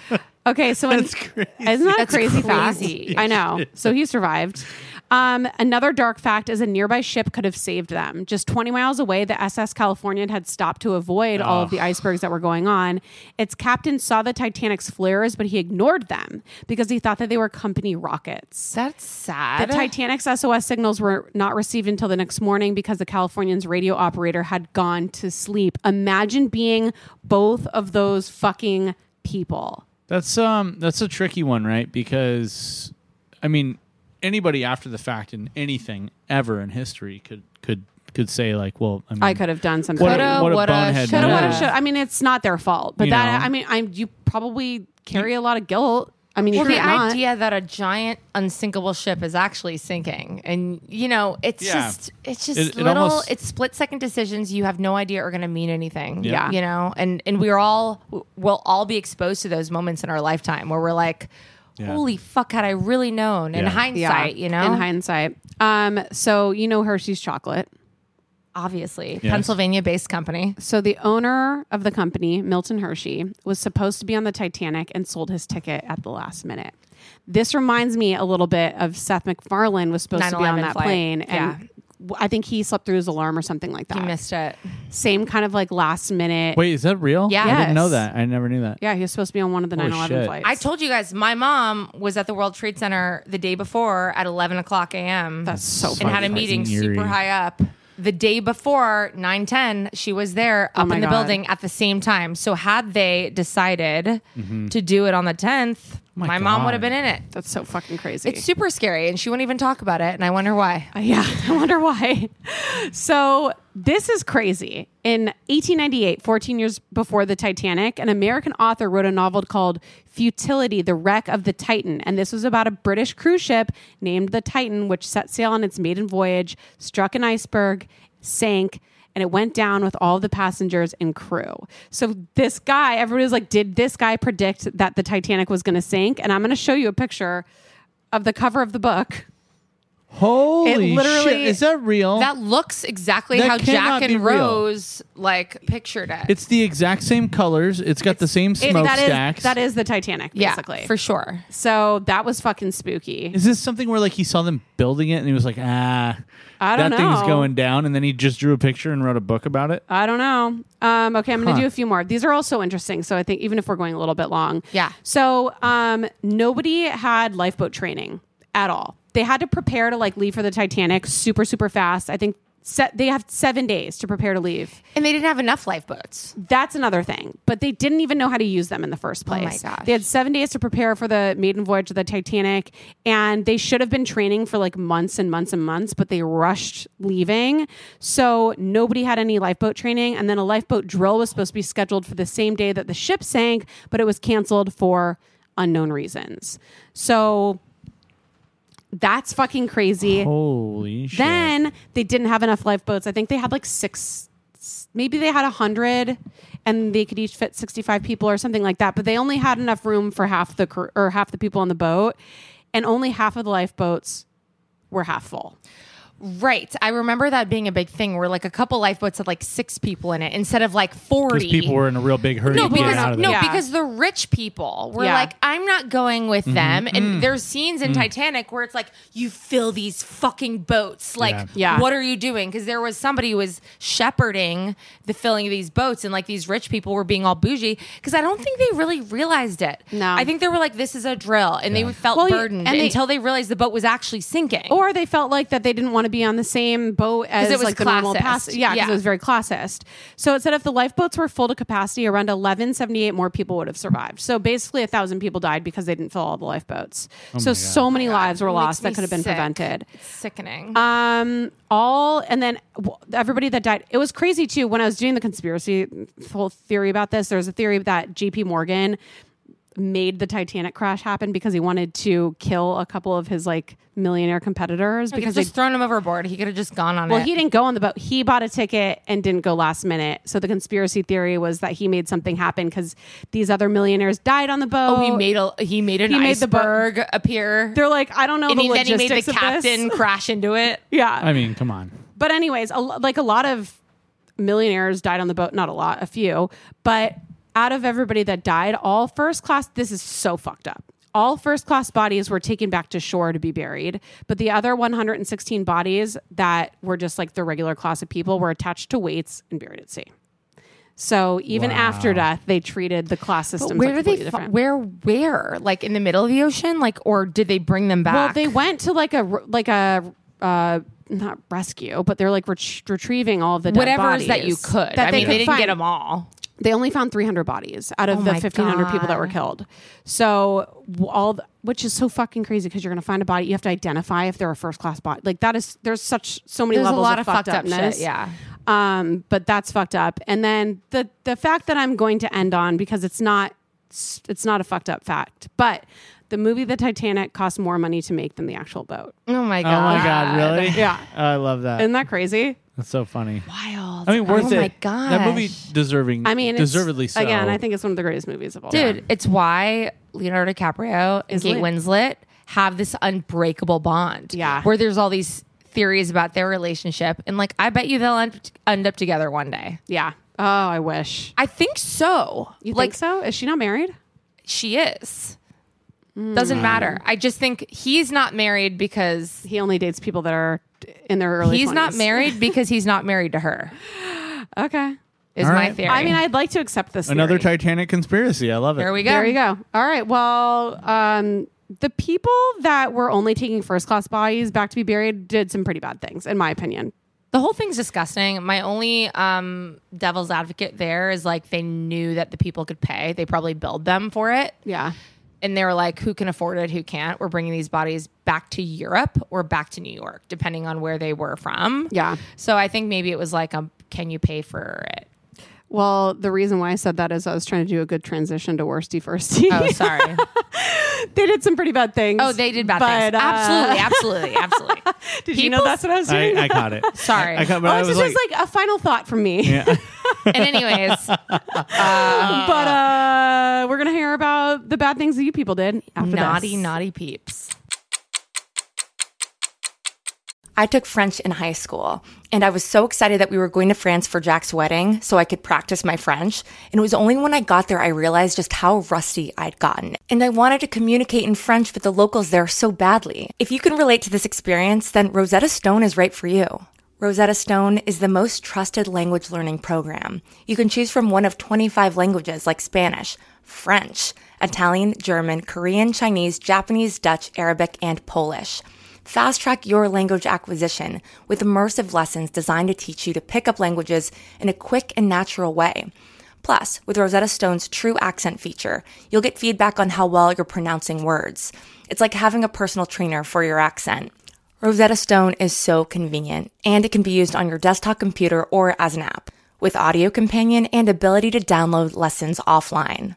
Speaker 1: Okay, so that's
Speaker 2: crazy.
Speaker 1: Isn't that
Speaker 3: That's
Speaker 1: a crazy,
Speaker 3: crazy.
Speaker 1: fact? I know. So he survived. Um, another dark fact is a nearby ship could have saved them. Just 20 miles away, the SS Californian had stopped to avoid all of the icebergs that were going on. Its captain saw the Titanic's flares, but he ignored them because he thought that they were company rockets.
Speaker 3: that's
Speaker 1: The
Speaker 3: sad
Speaker 1: Titanic's SOS signals were not received until the next morning because the Californian's radio operator had gone to sleep. Imagine being both of those fucking people.
Speaker 2: That's um that's a tricky one, right? Because I mean, anybody after the fact in anything ever in history could could could say like, well, I, mean,
Speaker 1: I could have done something.
Speaker 2: What,
Speaker 3: Coulda,
Speaker 2: a, what a
Speaker 3: woulda,
Speaker 2: bonehead
Speaker 1: Shoulda,
Speaker 2: move.
Speaker 1: woulda, shoulda. I mean, it's not their fault, but
Speaker 2: You
Speaker 1: that
Speaker 2: know?
Speaker 1: I mean, I'm you probably carry a lot of guilt. I mean,
Speaker 3: well,
Speaker 1: if
Speaker 3: the
Speaker 1: you're not,
Speaker 3: idea that a giant unsinkable ship is actually sinking, and you know, it's
Speaker 2: Yeah.
Speaker 3: just, it's just
Speaker 2: It- it
Speaker 3: little,
Speaker 2: almost-
Speaker 3: it's split second decisions you have no idea are going to mean anything.
Speaker 1: Yeah.
Speaker 3: you know, and and we're all we'll all be exposed to those moments in our lifetime where we're like,
Speaker 2: Yeah.
Speaker 3: holy fuck, had I really known in
Speaker 1: Yeah.
Speaker 3: hindsight,
Speaker 1: Yeah,
Speaker 3: you know?
Speaker 1: in hindsight. Um, so you know Hershey's chocolate.
Speaker 3: Obviously,
Speaker 1: Yes.
Speaker 3: Pennsylvania based company.
Speaker 1: So the owner of the company, Milton Hershey, was supposed to be on the Titanic and sold his ticket at the last minute. This reminds me a little bit of Seth MacFarlane was supposed to be on
Speaker 3: 9/11
Speaker 1: that
Speaker 3: flight.
Speaker 1: plane
Speaker 3: Yeah.
Speaker 1: and w- I think he slept through his alarm or something like that. He
Speaker 3: missed it.
Speaker 1: Same kind of like last minute.
Speaker 2: Wait, is that real?
Speaker 1: Yeah.
Speaker 2: I didn't know
Speaker 1: Yes.
Speaker 2: that. I never knew that.
Speaker 1: Yeah, he was supposed to be on one of the
Speaker 2: Holy
Speaker 1: 9/11
Speaker 2: shit.
Speaker 1: flights.
Speaker 3: I told you guys, my mom was at the World Trade Center the day before at 11 o'clock a.m. That's
Speaker 1: so
Speaker 3: And had a
Speaker 1: fucking
Speaker 3: meeting
Speaker 1: eerie.
Speaker 3: super high up. The day before, 9.10, she was there
Speaker 1: Oh
Speaker 3: up
Speaker 1: my
Speaker 3: in the
Speaker 1: God.
Speaker 3: building at the same time. So had they decided
Speaker 2: Mm-hmm.
Speaker 1: Mhm.
Speaker 3: to do it on the 10th,
Speaker 1: my
Speaker 3: my, mom
Speaker 1: God.
Speaker 3: would have been in it.
Speaker 1: That's so fucking crazy.
Speaker 3: It's super scary, and she won't even talk about it, and I wonder why.
Speaker 1: [laughs] yeah, I wonder why. So this is crazy. In 1898, 14 years before the Titanic, an American author wrote a novel called Futility, The Wreck of the Titan. And this was about a British cruise ship named the Titan, which set sail on its maiden voyage, struck an iceberg, sank, and it went down with all the passengers and crew. So this guy, everybody was like, did this guy predict that the Titanic was going to sink? And I'm going to show you a picture of the cover of the book.
Speaker 2: Holy shit! Is that real?
Speaker 3: That looks exactly
Speaker 2: That
Speaker 3: how
Speaker 2: cannot
Speaker 3: Jack
Speaker 2: be
Speaker 3: and
Speaker 2: real.
Speaker 3: Rose like pictured it.
Speaker 2: it's the exact same colors. It's got the same
Speaker 1: It-
Speaker 2: smoke
Speaker 1: that is-
Speaker 2: stacks.
Speaker 1: that is the Titanic,
Speaker 3: Yeah,
Speaker 1: basically.
Speaker 3: for sure.
Speaker 1: So that was fucking spooky.
Speaker 2: Is this something where like he saw them building it and he was like, ah,
Speaker 1: I don't
Speaker 2: that thing's
Speaker 1: know.
Speaker 2: going down, and then he just drew a picture and wrote a book about it?
Speaker 1: I don't know. Um, okay, I'm going to
Speaker 2: Huh.
Speaker 1: do a few more. These are also interesting. So I think even if we're going a little bit long.
Speaker 3: Yeah.
Speaker 1: So um, nobody had lifeboat training at all. They had to prepare to like leave for the Titanic super, super fast. I think set, they have seven days to prepare to leave.
Speaker 3: And they didn't have enough lifeboats.
Speaker 1: That's another thing. But they didn't even know how to use them in the first
Speaker 3: Oh my
Speaker 1: place.
Speaker 3: gosh.
Speaker 1: They had seven days to prepare for the maiden voyage of the Titanic, and they should have been training for like months and months and months, but they rushed leaving. So nobody had any lifeboat training. And then a lifeboat drill was supposed to be scheduled for the same day that the ship sank, but it was canceled for unknown reasons. So that's fucking crazy.
Speaker 2: Holy shit!
Speaker 1: Then they didn't have enough lifeboats. I think they had like six, s- maybe they had a hundred, and they could each fit sixty-five people or something like that. But they only had enough room for half the cr- or half the people on the boat, and only half of the lifeboats were half full.
Speaker 3: Right. I remember that being a big thing where like a couple lifeboats had like six people in it instead of like 40.
Speaker 2: because people were in a real big hurry
Speaker 3: no,
Speaker 2: to get
Speaker 3: because
Speaker 2: out of there.
Speaker 3: no, because the rich people were
Speaker 1: Yeah.
Speaker 3: like, I'm not going with
Speaker 2: Mhm.
Speaker 3: them. And
Speaker 2: Mm.
Speaker 3: there's scenes in
Speaker 2: Mm.
Speaker 3: Titanic where it's like, you fill these fucking boats. Like,
Speaker 1: Yeah. Yeah.
Speaker 3: what are you doing? Because there was somebody who was shepherding the filling of these boats, and like these rich people were being all bougie. Because I don't think they really realized it. No, I think they were like, this is a drill, and they felt
Speaker 1: Well, y-
Speaker 3: burdened
Speaker 1: and they-
Speaker 3: until they realized the boat was actually sinking.
Speaker 1: Or they felt like that they didn't want to be on the same boat as
Speaker 3: 'Cause it was
Speaker 1: like the normal
Speaker 3: classist.
Speaker 1: pass. Yeah, because
Speaker 3: Yeah.
Speaker 1: it was very classist. So it said if the lifeboats were full to capacity, around eleven seventy eight more people would have survived. So basically, a thousand people died because they didn't fill all the lifeboats.
Speaker 3: Oh
Speaker 1: so
Speaker 3: my God.
Speaker 1: so many lives were
Speaker 3: Makes
Speaker 1: lost
Speaker 3: me
Speaker 1: that could have been
Speaker 3: sick.
Speaker 1: prevented.
Speaker 3: It's sickening.
Speaker 1: Um, all and then w- everybody that died. It was crazy too. When I was doing the conspiracy whole theory about this, there was a theory that J.P. Morgan made the Titanic crash happen because he wanted to kill a couple of his like millionaire competitors
Speaker 3: He could
Speaker 1: because
Speaker 3: have
Speaker 1: they
Speaker 3: just thrown him overboard. He could have just gone on
Speaker 1: well,
Speaker 3: it.
Speaker 1: he didn't go on the boat. He bought a ticket and didn't go last minute. So the conspiracy theory was that he made something happen because these other millionaires died on the boat.
Speaker 3: Oh, he made a he made an
Speaker 1: He made the boat-
Speaker 3: iceberg appear.
Speaker 1: They're like, I don't know
Speaker 3: and
Speaker 1: the
Speaker 3: he, then he made
Speaker 1: logistics
Speaker 3: the
Speaker 1: of this.
Speaker 3: captain crash into [laughs] it.
Speaker 1: [laughs] yeah.
Speaker 2: I mean, come on.
Speaker 1: But anyways, a, lo- like a lot of millionaires died on the boat. Not a lot, a few. But out of everybody that died, all first class. This is so fucked up. All first class bodies were taken back to shore to be buried, but the other 116 bodies that were just like the regular class of people were attached to weights and buried at sea. So even
Speaker 3: Wow.
Speaker 1: after death, they treated the class
Speaker 3: But
Speaker 1: system.
Speaker 3: where
Speaker 1: like
Speaker 3: did they
Speaker 1: completely
Speaker 3: fi-
Speaker 1: different.
Speaker 3: where where like in the middle of the ocean like or did they bring them
Speaker 1: Well,
Speaker 3: back?
Speaker 1: they went to like a r- like a uh, not rescue, but they're like ret- retrieving all of the dead
Speaker 3: Whatever is that you
Speaker 1: bodies
Speaker 3: could.
Speaker 1: that
Speaker 3: I mean,
Speaker 1: could
Speaker 3: they didn't get
Speaker 1: find.
Speaker 3: them all.
Speaker 1: They only found 300 bodies out of
Speaker 3: Oh
Speaker 1: the
Speaker 3: my
Speaker 1: 1,500 people that were
Speaker 3: God.
Speaker 1: killed. So w- all, the, which is so fucking crazy because you're going to find a body. You have to identify if they're a first class body. Like that is there's such so many
Speaker 3: There's a
Speaker 1: levels
Speaker 3: lot
Speaker 1: of,
Speaker 3: of
Speaker 1: fucked,
Speaker 3: fucked up shit,
Speaker 1: upness.
Speaker 3: yeah.
Speaker 1: Um, but that's fucked up. And then the the fact that I'm going to end on because it's not it's not a fucked up fact, but the movie The Titanic cost more money to make than the actual boat.
Speaker 3: Oh my
Speaker 2: Oh my god! Really?
Speaker 1: Yeah.
Speaker 2: Oh, I love that.
Speaker 1: Isn't that crazy?
Speaker 2: That's so funny.
Speaker 3: Wild.
Speaker 2: I mean, worth
Speaker 3: oh
Speaker 2: it.
Speaker 3: my gosh.
Speaker 2: That movie deserving.
Speaker 1: I mean, it's-
Speaker 2: deservedly so.
Speaker 1: Again, I think it's one of the greatest movies of all time.
Speaker 3: Dude, it's why
Speaker 10: Leonardo DiCaprio and
Speaker 11: Is
Speaker 10: Kate
Speaker 11: lit.
Speaker 10: Winslet have this unbreakable bond.
Speaker 11: Yeah.
Speaker 10: Where there's all these theories about their relationship. And like, I bet you they'll end, end up together one day.
Speaker 11: Yeah. Oh, I wish.
Speaker 10: I think so.
Speaker 11: You
Speaker 10: like,
Speaker 11: think so? Is she not married?
Speaker 10: She is.
Speaker 11: Hmm.
Speaker 10: Doesn't matter. I just think he's not married because
Speaker 11: he only dates people that are in their early.
Speaker 10: He's not
Speaker 11: 20s. [laughs]
Speaker 10: married because he's not married to her.
Speaker 11: Okay.
Speaker 10: Is
Speaker 2: All
Speaker 10: my
Speaker 2: right.
Speaker 10: theory.
Speaker 11: I mean, I'd like to accept this.
Speaker 2: Another
Speaker 11: theory.
Speaker 2: Titanic conspiracy. I love it.
Speaker 10: There we go.
Speaker 11: There you go. All right. Well, um, the people that were only taking first class bodies back to be buried did some pretty bad things, in my opinion.
Speaker 10: The whole thing's disgusting. My only um, devil's advocate there is like they knew that the people could pay. They probably billed them for it.
Speaker 11: Yeah.
Speaker 10: And they were like, who can afford it? Who can't? We're bringing these bodies back to Europe or back to New York, depending on where they were from.
Speaker 11: Yeah.
Speaker 10: So I think maybe it was like, um, can you pay for it?
Speaker 11: Well, the reason why I said that is I was trying to do a good transition to worsty firsty.
Speaker 10: Oh, sorry.
Speaker 11: [laughs] they did some pretty bad things.
Speaker 10: oh, they did bad
Speaker 11: but,
Speaker 10: things.
Speaker 11: uh,
Speaker 10: absolutely, absolutely, absolutely.
Speaker 11: [laughs] Did you know that's what I was
Speaker 2: I,
Speaker 11: doing?
Speaker 2: I caught it.
Speaker 10: Sorry.
Speaker 2: I caught,
Speaker 11: [laughs]
Speaker 2: but
Speaker 11: oh,
Speaker 2: I
Speaker 11: this
Speaker 2: was
Speaker 11: is
Speaker 2: like,
Speaker 11: just like a final thought from me.
Speaker 2: yeah.
Speaker 11: [laughs]
Speaker 10: and anyways, uh,
Speaker 11: But uh, we're gonna hear about the bad things that you people did after
Speaker 10: naughty,
Speaker 11: this.
Speaker 10: naughty peeps.
Speaker 3: I took French in high school, and I was so excited that we were going to France for Jack's wedding so I could practice my French. And it was only when I got there I realized just how rusty I'd gotten. And I wanted to communicate in French with the locals there so badly. If you can relate to this experience, then Rosetta Stone is right for you. Rosetta Stone is the most trusted language learning program. You can choose from one of 25 languages like Spanish, French, Italian, German, Korean, Chinese, Japanese, Dutch, Arabic, and Polish. Fast track your language acquisition with immersive lessons designed to teach you to pick up languages in a quick and natural way. Plus, with Rosetta Stone's true accent feature, you'll get feedback on how well you're pronouncing words. It's like having a personal trainer for your accent. Rosetta Stone is so convenient, and it can be used on your desktop computer or as an app, with audio companion and ability to download lessons offline.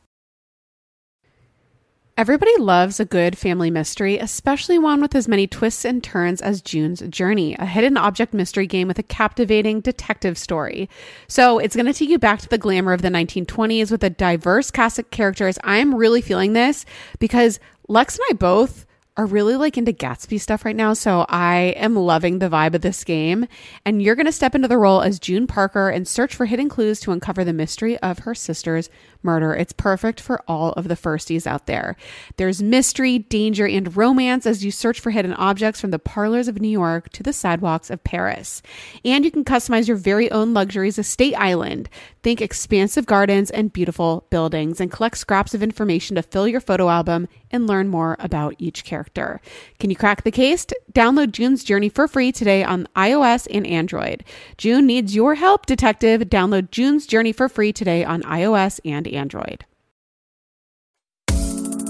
Speaker 1: Everybody loves a good family mystery, especially one with as many twists and turns as June's Journey, a hidden object mystery game with a captivating detective story. So it's going to take you back to the glamour of the 1920s with a diverse cast of characters. I'm really feeling this because Lex and I both are really like into Gatsby stuff right now. So I am loving the vibe of this game. And you're going to step into the role as June Parker and search for hidden clues to uncover the mystery of her sister's murder. It's perfect for all of the firsties out there. There's mystery, danger, and romance as you search for hidden objects from the parlors of New York to the sidewalks of Paris. And you can customize your very own luxuries estate island. Think expansive gardens and beautiful buildings and collect scraps of information to fill your photo album and learn more about each character. Can you crack the case? Download June's Journey for free today on iOS and Android. June needs your help, detective. Download June's Journey for free today on iOS and Android.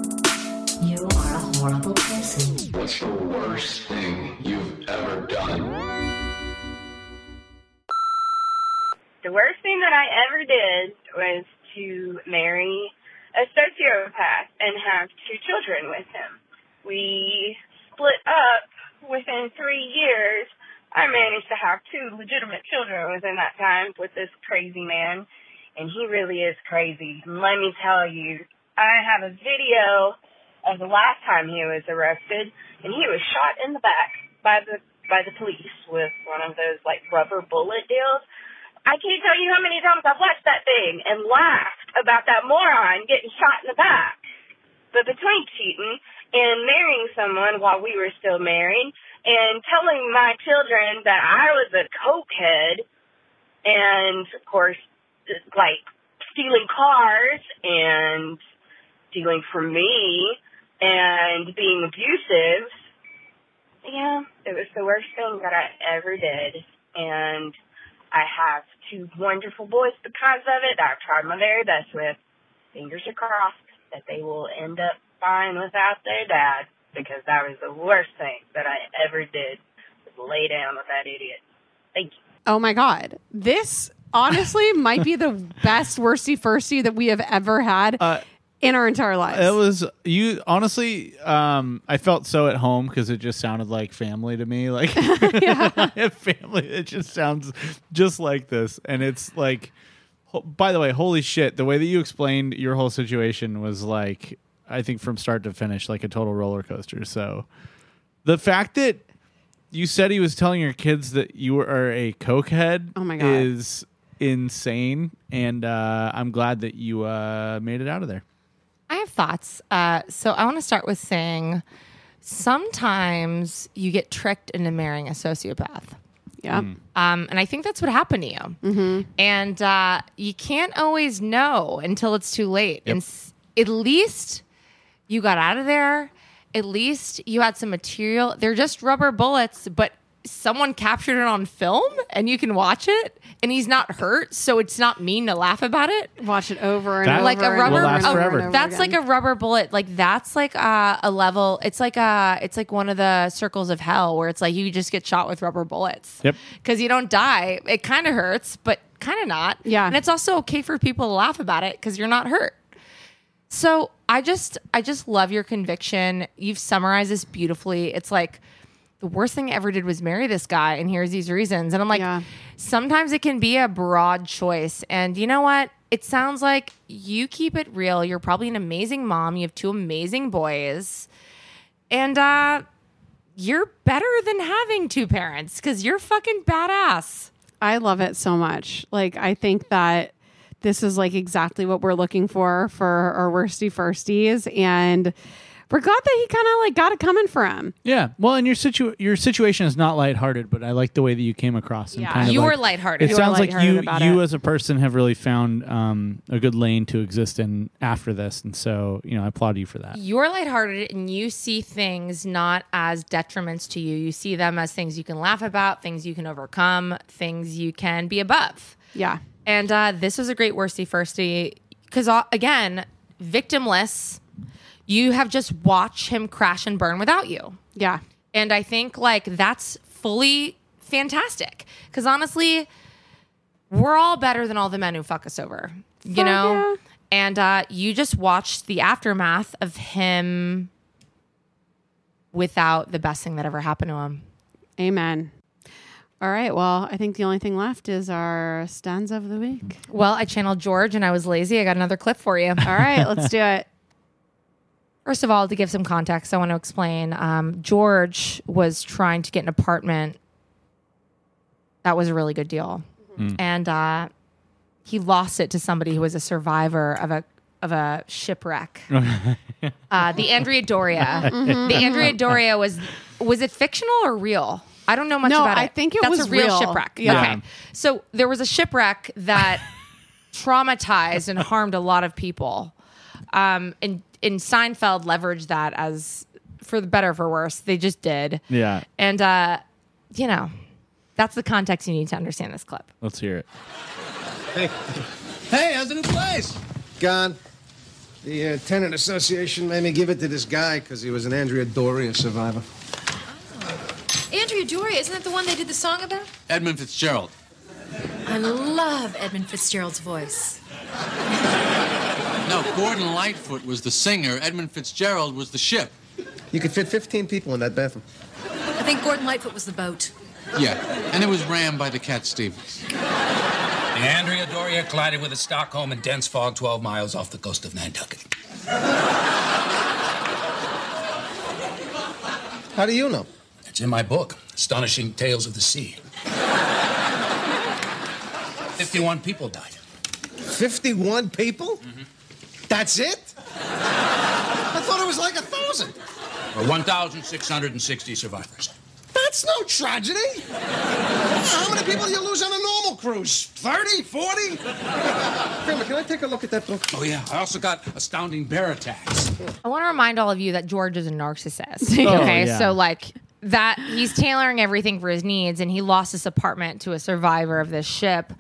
Speaker 12: You are a horrible person.
Speaker 13: What's the worst thing you've ever done?
Speaker 6: The worst thing that I ever did was to marry a sociopath and have two children with him. We split up within three years. I managed to have two legitimate children within that time with this crazy man, and he really is crazy. And let me tell you, I have a video of the last time he was arrested, and he was shot in the back by the by the police with one of those like rubber bullet deals. I can't tell you how many times I've watched that thing and laughed about that moron getting shot in the back. But between cheating and marrying someone while we were still married and telling my children that I was a cokehead and, of course, just, like stealing cars and stealing from me and being abusive, yeah, it was the worst thing that I ever did. And I have two wonderful boys because of it. I've tried my very best with. Fingers are crossed that they will end up fine without their dad because that was the worst thing that I ever did. was
Speaker 14: lay down with that idiot. Thank you.
Speaker 1: Oh my God. This [laughs] honestly might be the best worsty firsty that we have ever had
Speaker 2: Uh,
Speaker 1: in our entire lives.
Speaker 2: It was you. Honestly, um, I felt so at home because it just sounded like family to me.
Speaker 1: [laughs]
Speaker 2: [laughs] Like I have family. It just sounds just like this, and it's like. ho- By the way, holy shit! The way that you explained your whole situation was like, I think from start to finish, like a total roller coaster. So, the fact that you said he was telling your kids that you are a cokehead
Speaker 1: Oh my God.
Speaker 2: is insane, and uh, I'm glad that you uh, made it out of there.
Speaker 3: I have thoughts. Uh, so I want to start with saying sometimes you get tricked into marrying a sociopath.
Speaker 1: Yeah.
Speaker 3: Um, and I think that's what happened to you. And uh, you can't always know until it's too late. And s- at least you got out of there. At least you had some material. They're just rubber bullets, but someone captured it on film and you can watch it and he's not hurt so it's not mean to laugh about it
Speaker 1: Watch it over and
Speaker 3: That
Speaker 1: over
Speaker 3: like a
Speaker 1: and
Speaker 3: rubber
Speaker 1: over and
Speaker 2: last
Speaker 1: over and
Speaker 2: forever.
Speaker 1: over
Speaker 3: that's
Speaker 1: again.
Speaker 3: like a rubber bullet like that's like uh, a level it's like uh it's like one of the circles of hell where it's like you just get shot with rubber bullets
Speaker 2: Yep.
Speaker 3: because you don't die it kind of hurts but kind of not
Speaker 1: Yeah.
Speaker 3: and it's also okay for people to laugh about it because you're not hurt so i just i just love your conviction you've summarized this beautifully it's like the worst thing I ever did was marry this guy, and here's these reasons. And I'm like, sometimes it can be a broad choice. And you know what? It sounds like you keep it real. You're probably an amazing mom. You have two amazing boys. And uh, you're better than having two parents because you're fucking badass.
Speaker 1: I love it so much. Like I think that this is like exactly what we're looking for for our worsty firsties, and we're glad that he kind of like got it coming for him.
Speaker 2: Yeah. Well, and your situ your situation is not lighthearted, but I like the way that you came across. And
Speaker 1: Yeah.
Speaker 2: kind of
Speaker 3: You
Speaker 2: like,
Speaker 3: were lighthearted.
Speaker 2: It
Speaker 3: You were
Speaker 2: sounds like
Speaker 3: lighthearted
Speaker 2: you
Speaker 3: about
Speaker 2: you
Speaker 3: it.
Speaker 2: as a person have really found um, a good lane to exist in after this, and so you know I applaud you for that.
Speaker 3: You're lighthearted and you see things not as detriments to you. You see them as things you can laugh about, things you can overcome, things you can be above.
Speaker 1: Yeah.
Speaker 3: And uh, this was a great worsty firsty because again, victimless. You have just watched him crash and burn without you.
Speaker 1: Yeah.
Speaker 3: And I think like that's fully fantastic because honestly, we're all better than all the men who fuck us over, you
Speaker 1: Fuck
Speaker 3: know.
Speaker 1: yeah.
Speaker 3: And uh, you just watched the aftermath of him without the best thing that ever happened to him.
Speaker 1: Amen. All right. Well, I think the only thing left is our stanza of the week.
Speaker 3: Well, I channeled George and I was lazy. I got another clip for you.
Speaker 1: All right, let's do it.
Speaker 3: First of all, to give some context, I want to explain um, George was trying to get an apartment that was a really good deal.
Speaker 15: Mm.
Speaker 3: And uh, he lost it to somebody who was a survivor of a of a shipwreck. Uh, the Andrea Doria.
Speaker 1: Mhm.
Speaker 3: The Andrea Doria was was it fictional or real? I don't know much
Speaker 1: No,
Speaker 3: about it.
Speaker 1: I think it
Speaker 3: That's
Speaker 1: was
Speaker 3: a real,
Speaker 1: real.
Speaker 3: shipwreck.
Speaker 1: Yeah.
Speaker 3: Okay. So there was a shipwreck that traumatized and harmed a lot of people. Um, and in Seinfeld leveraged that as for the better or for worse. They just did.
Speaker 2: Yeah.
Speaker 3: And uh, you know, that's the context you need to understand this clip.
Speaker 2: Let's hear it.
Speaker 16: Hey. Hey, how's the new place? Gone. The uh, tenant association made me give it to this guy because he was an Andrea Doria survivor.
Speaker 17: Andrea Doria, isn't that the one they did the song about?
Speaker 18: Edmund Fitzgerald.
Speaker 17: I love Edmund Fitzgerald's voice.
Speaker 18: No, Gordon Lightfoot was the singer. Edmund Fitzgerald was the ship.
Speaker 16: You could fit 15 people in that bathroom.
Speaker 17: I think Gordon Lightfoot was the boat.
Speaker 18: Yeah, and it was rammed by the Cat Stevens.
Speaker 9: The Andrea Doria collided with a Stockholm in dense fog 12 miles off the coast of Nantucket.
Speaker 16: How do you know?
Speaker 9: It's in my book, Astonishing Tales of the Sea. 51 people died.
Speaker 16: 51 people? That's it? I thought it was like a thousand.
Speaker 9: Or 1,660 survivors.
Speaker 16: That's no tragedy. How many people do you lose on a normal cruise? 30, 40? Kramer, can I take a look at that book?
Speaker 9: Oh, yeah. I also got astounding bear attacks.
Speaker 3: I want to remind all of you that George is a narcissist.
Speaker 9: Oh,
Speaker 3: Okay,
Speaker 9: yeah.
Speaker 3: so like that, he's tailoring everything for his needs, and he lost his apartment to a survivor of this ship.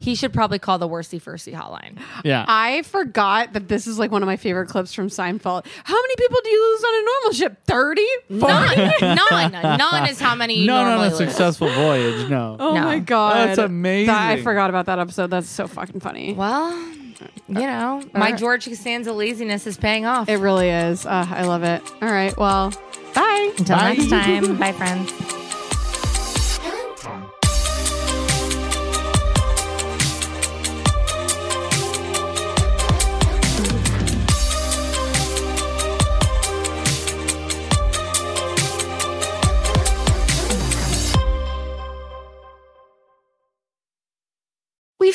Speaker 3: He should probably call the worsty firsty hotline.
Speaker 2: Yeah.
Speaker 1: I forgot that this is like one of my favorite clips from Seinfeld. How many people do you lose on a normal ship? 30?
Speaker 3: None. None. None is how many you
Speaker 2: None on
Speaker 3: normally
Speaker 2: a
Speaker 3: lose.
Speaker 2: successful voyage.
Speaker 3: [laughs]
Speaker 2: No.
Speaker 1: Oh my
Speaker 2: Oh,
Speaker 1: god.
Speaker 2: that's amazing.
Speaker 1: That- I forgot about that episode. That's so fucking funny.
Speaker 3: Well, you know, my George Costanza laziness is paying off.
Speaker 1: It really is. Uh, I love it. All right. Well, bye.
Speaker 3: Until next time. Bye, friends.
Speaker 19: We've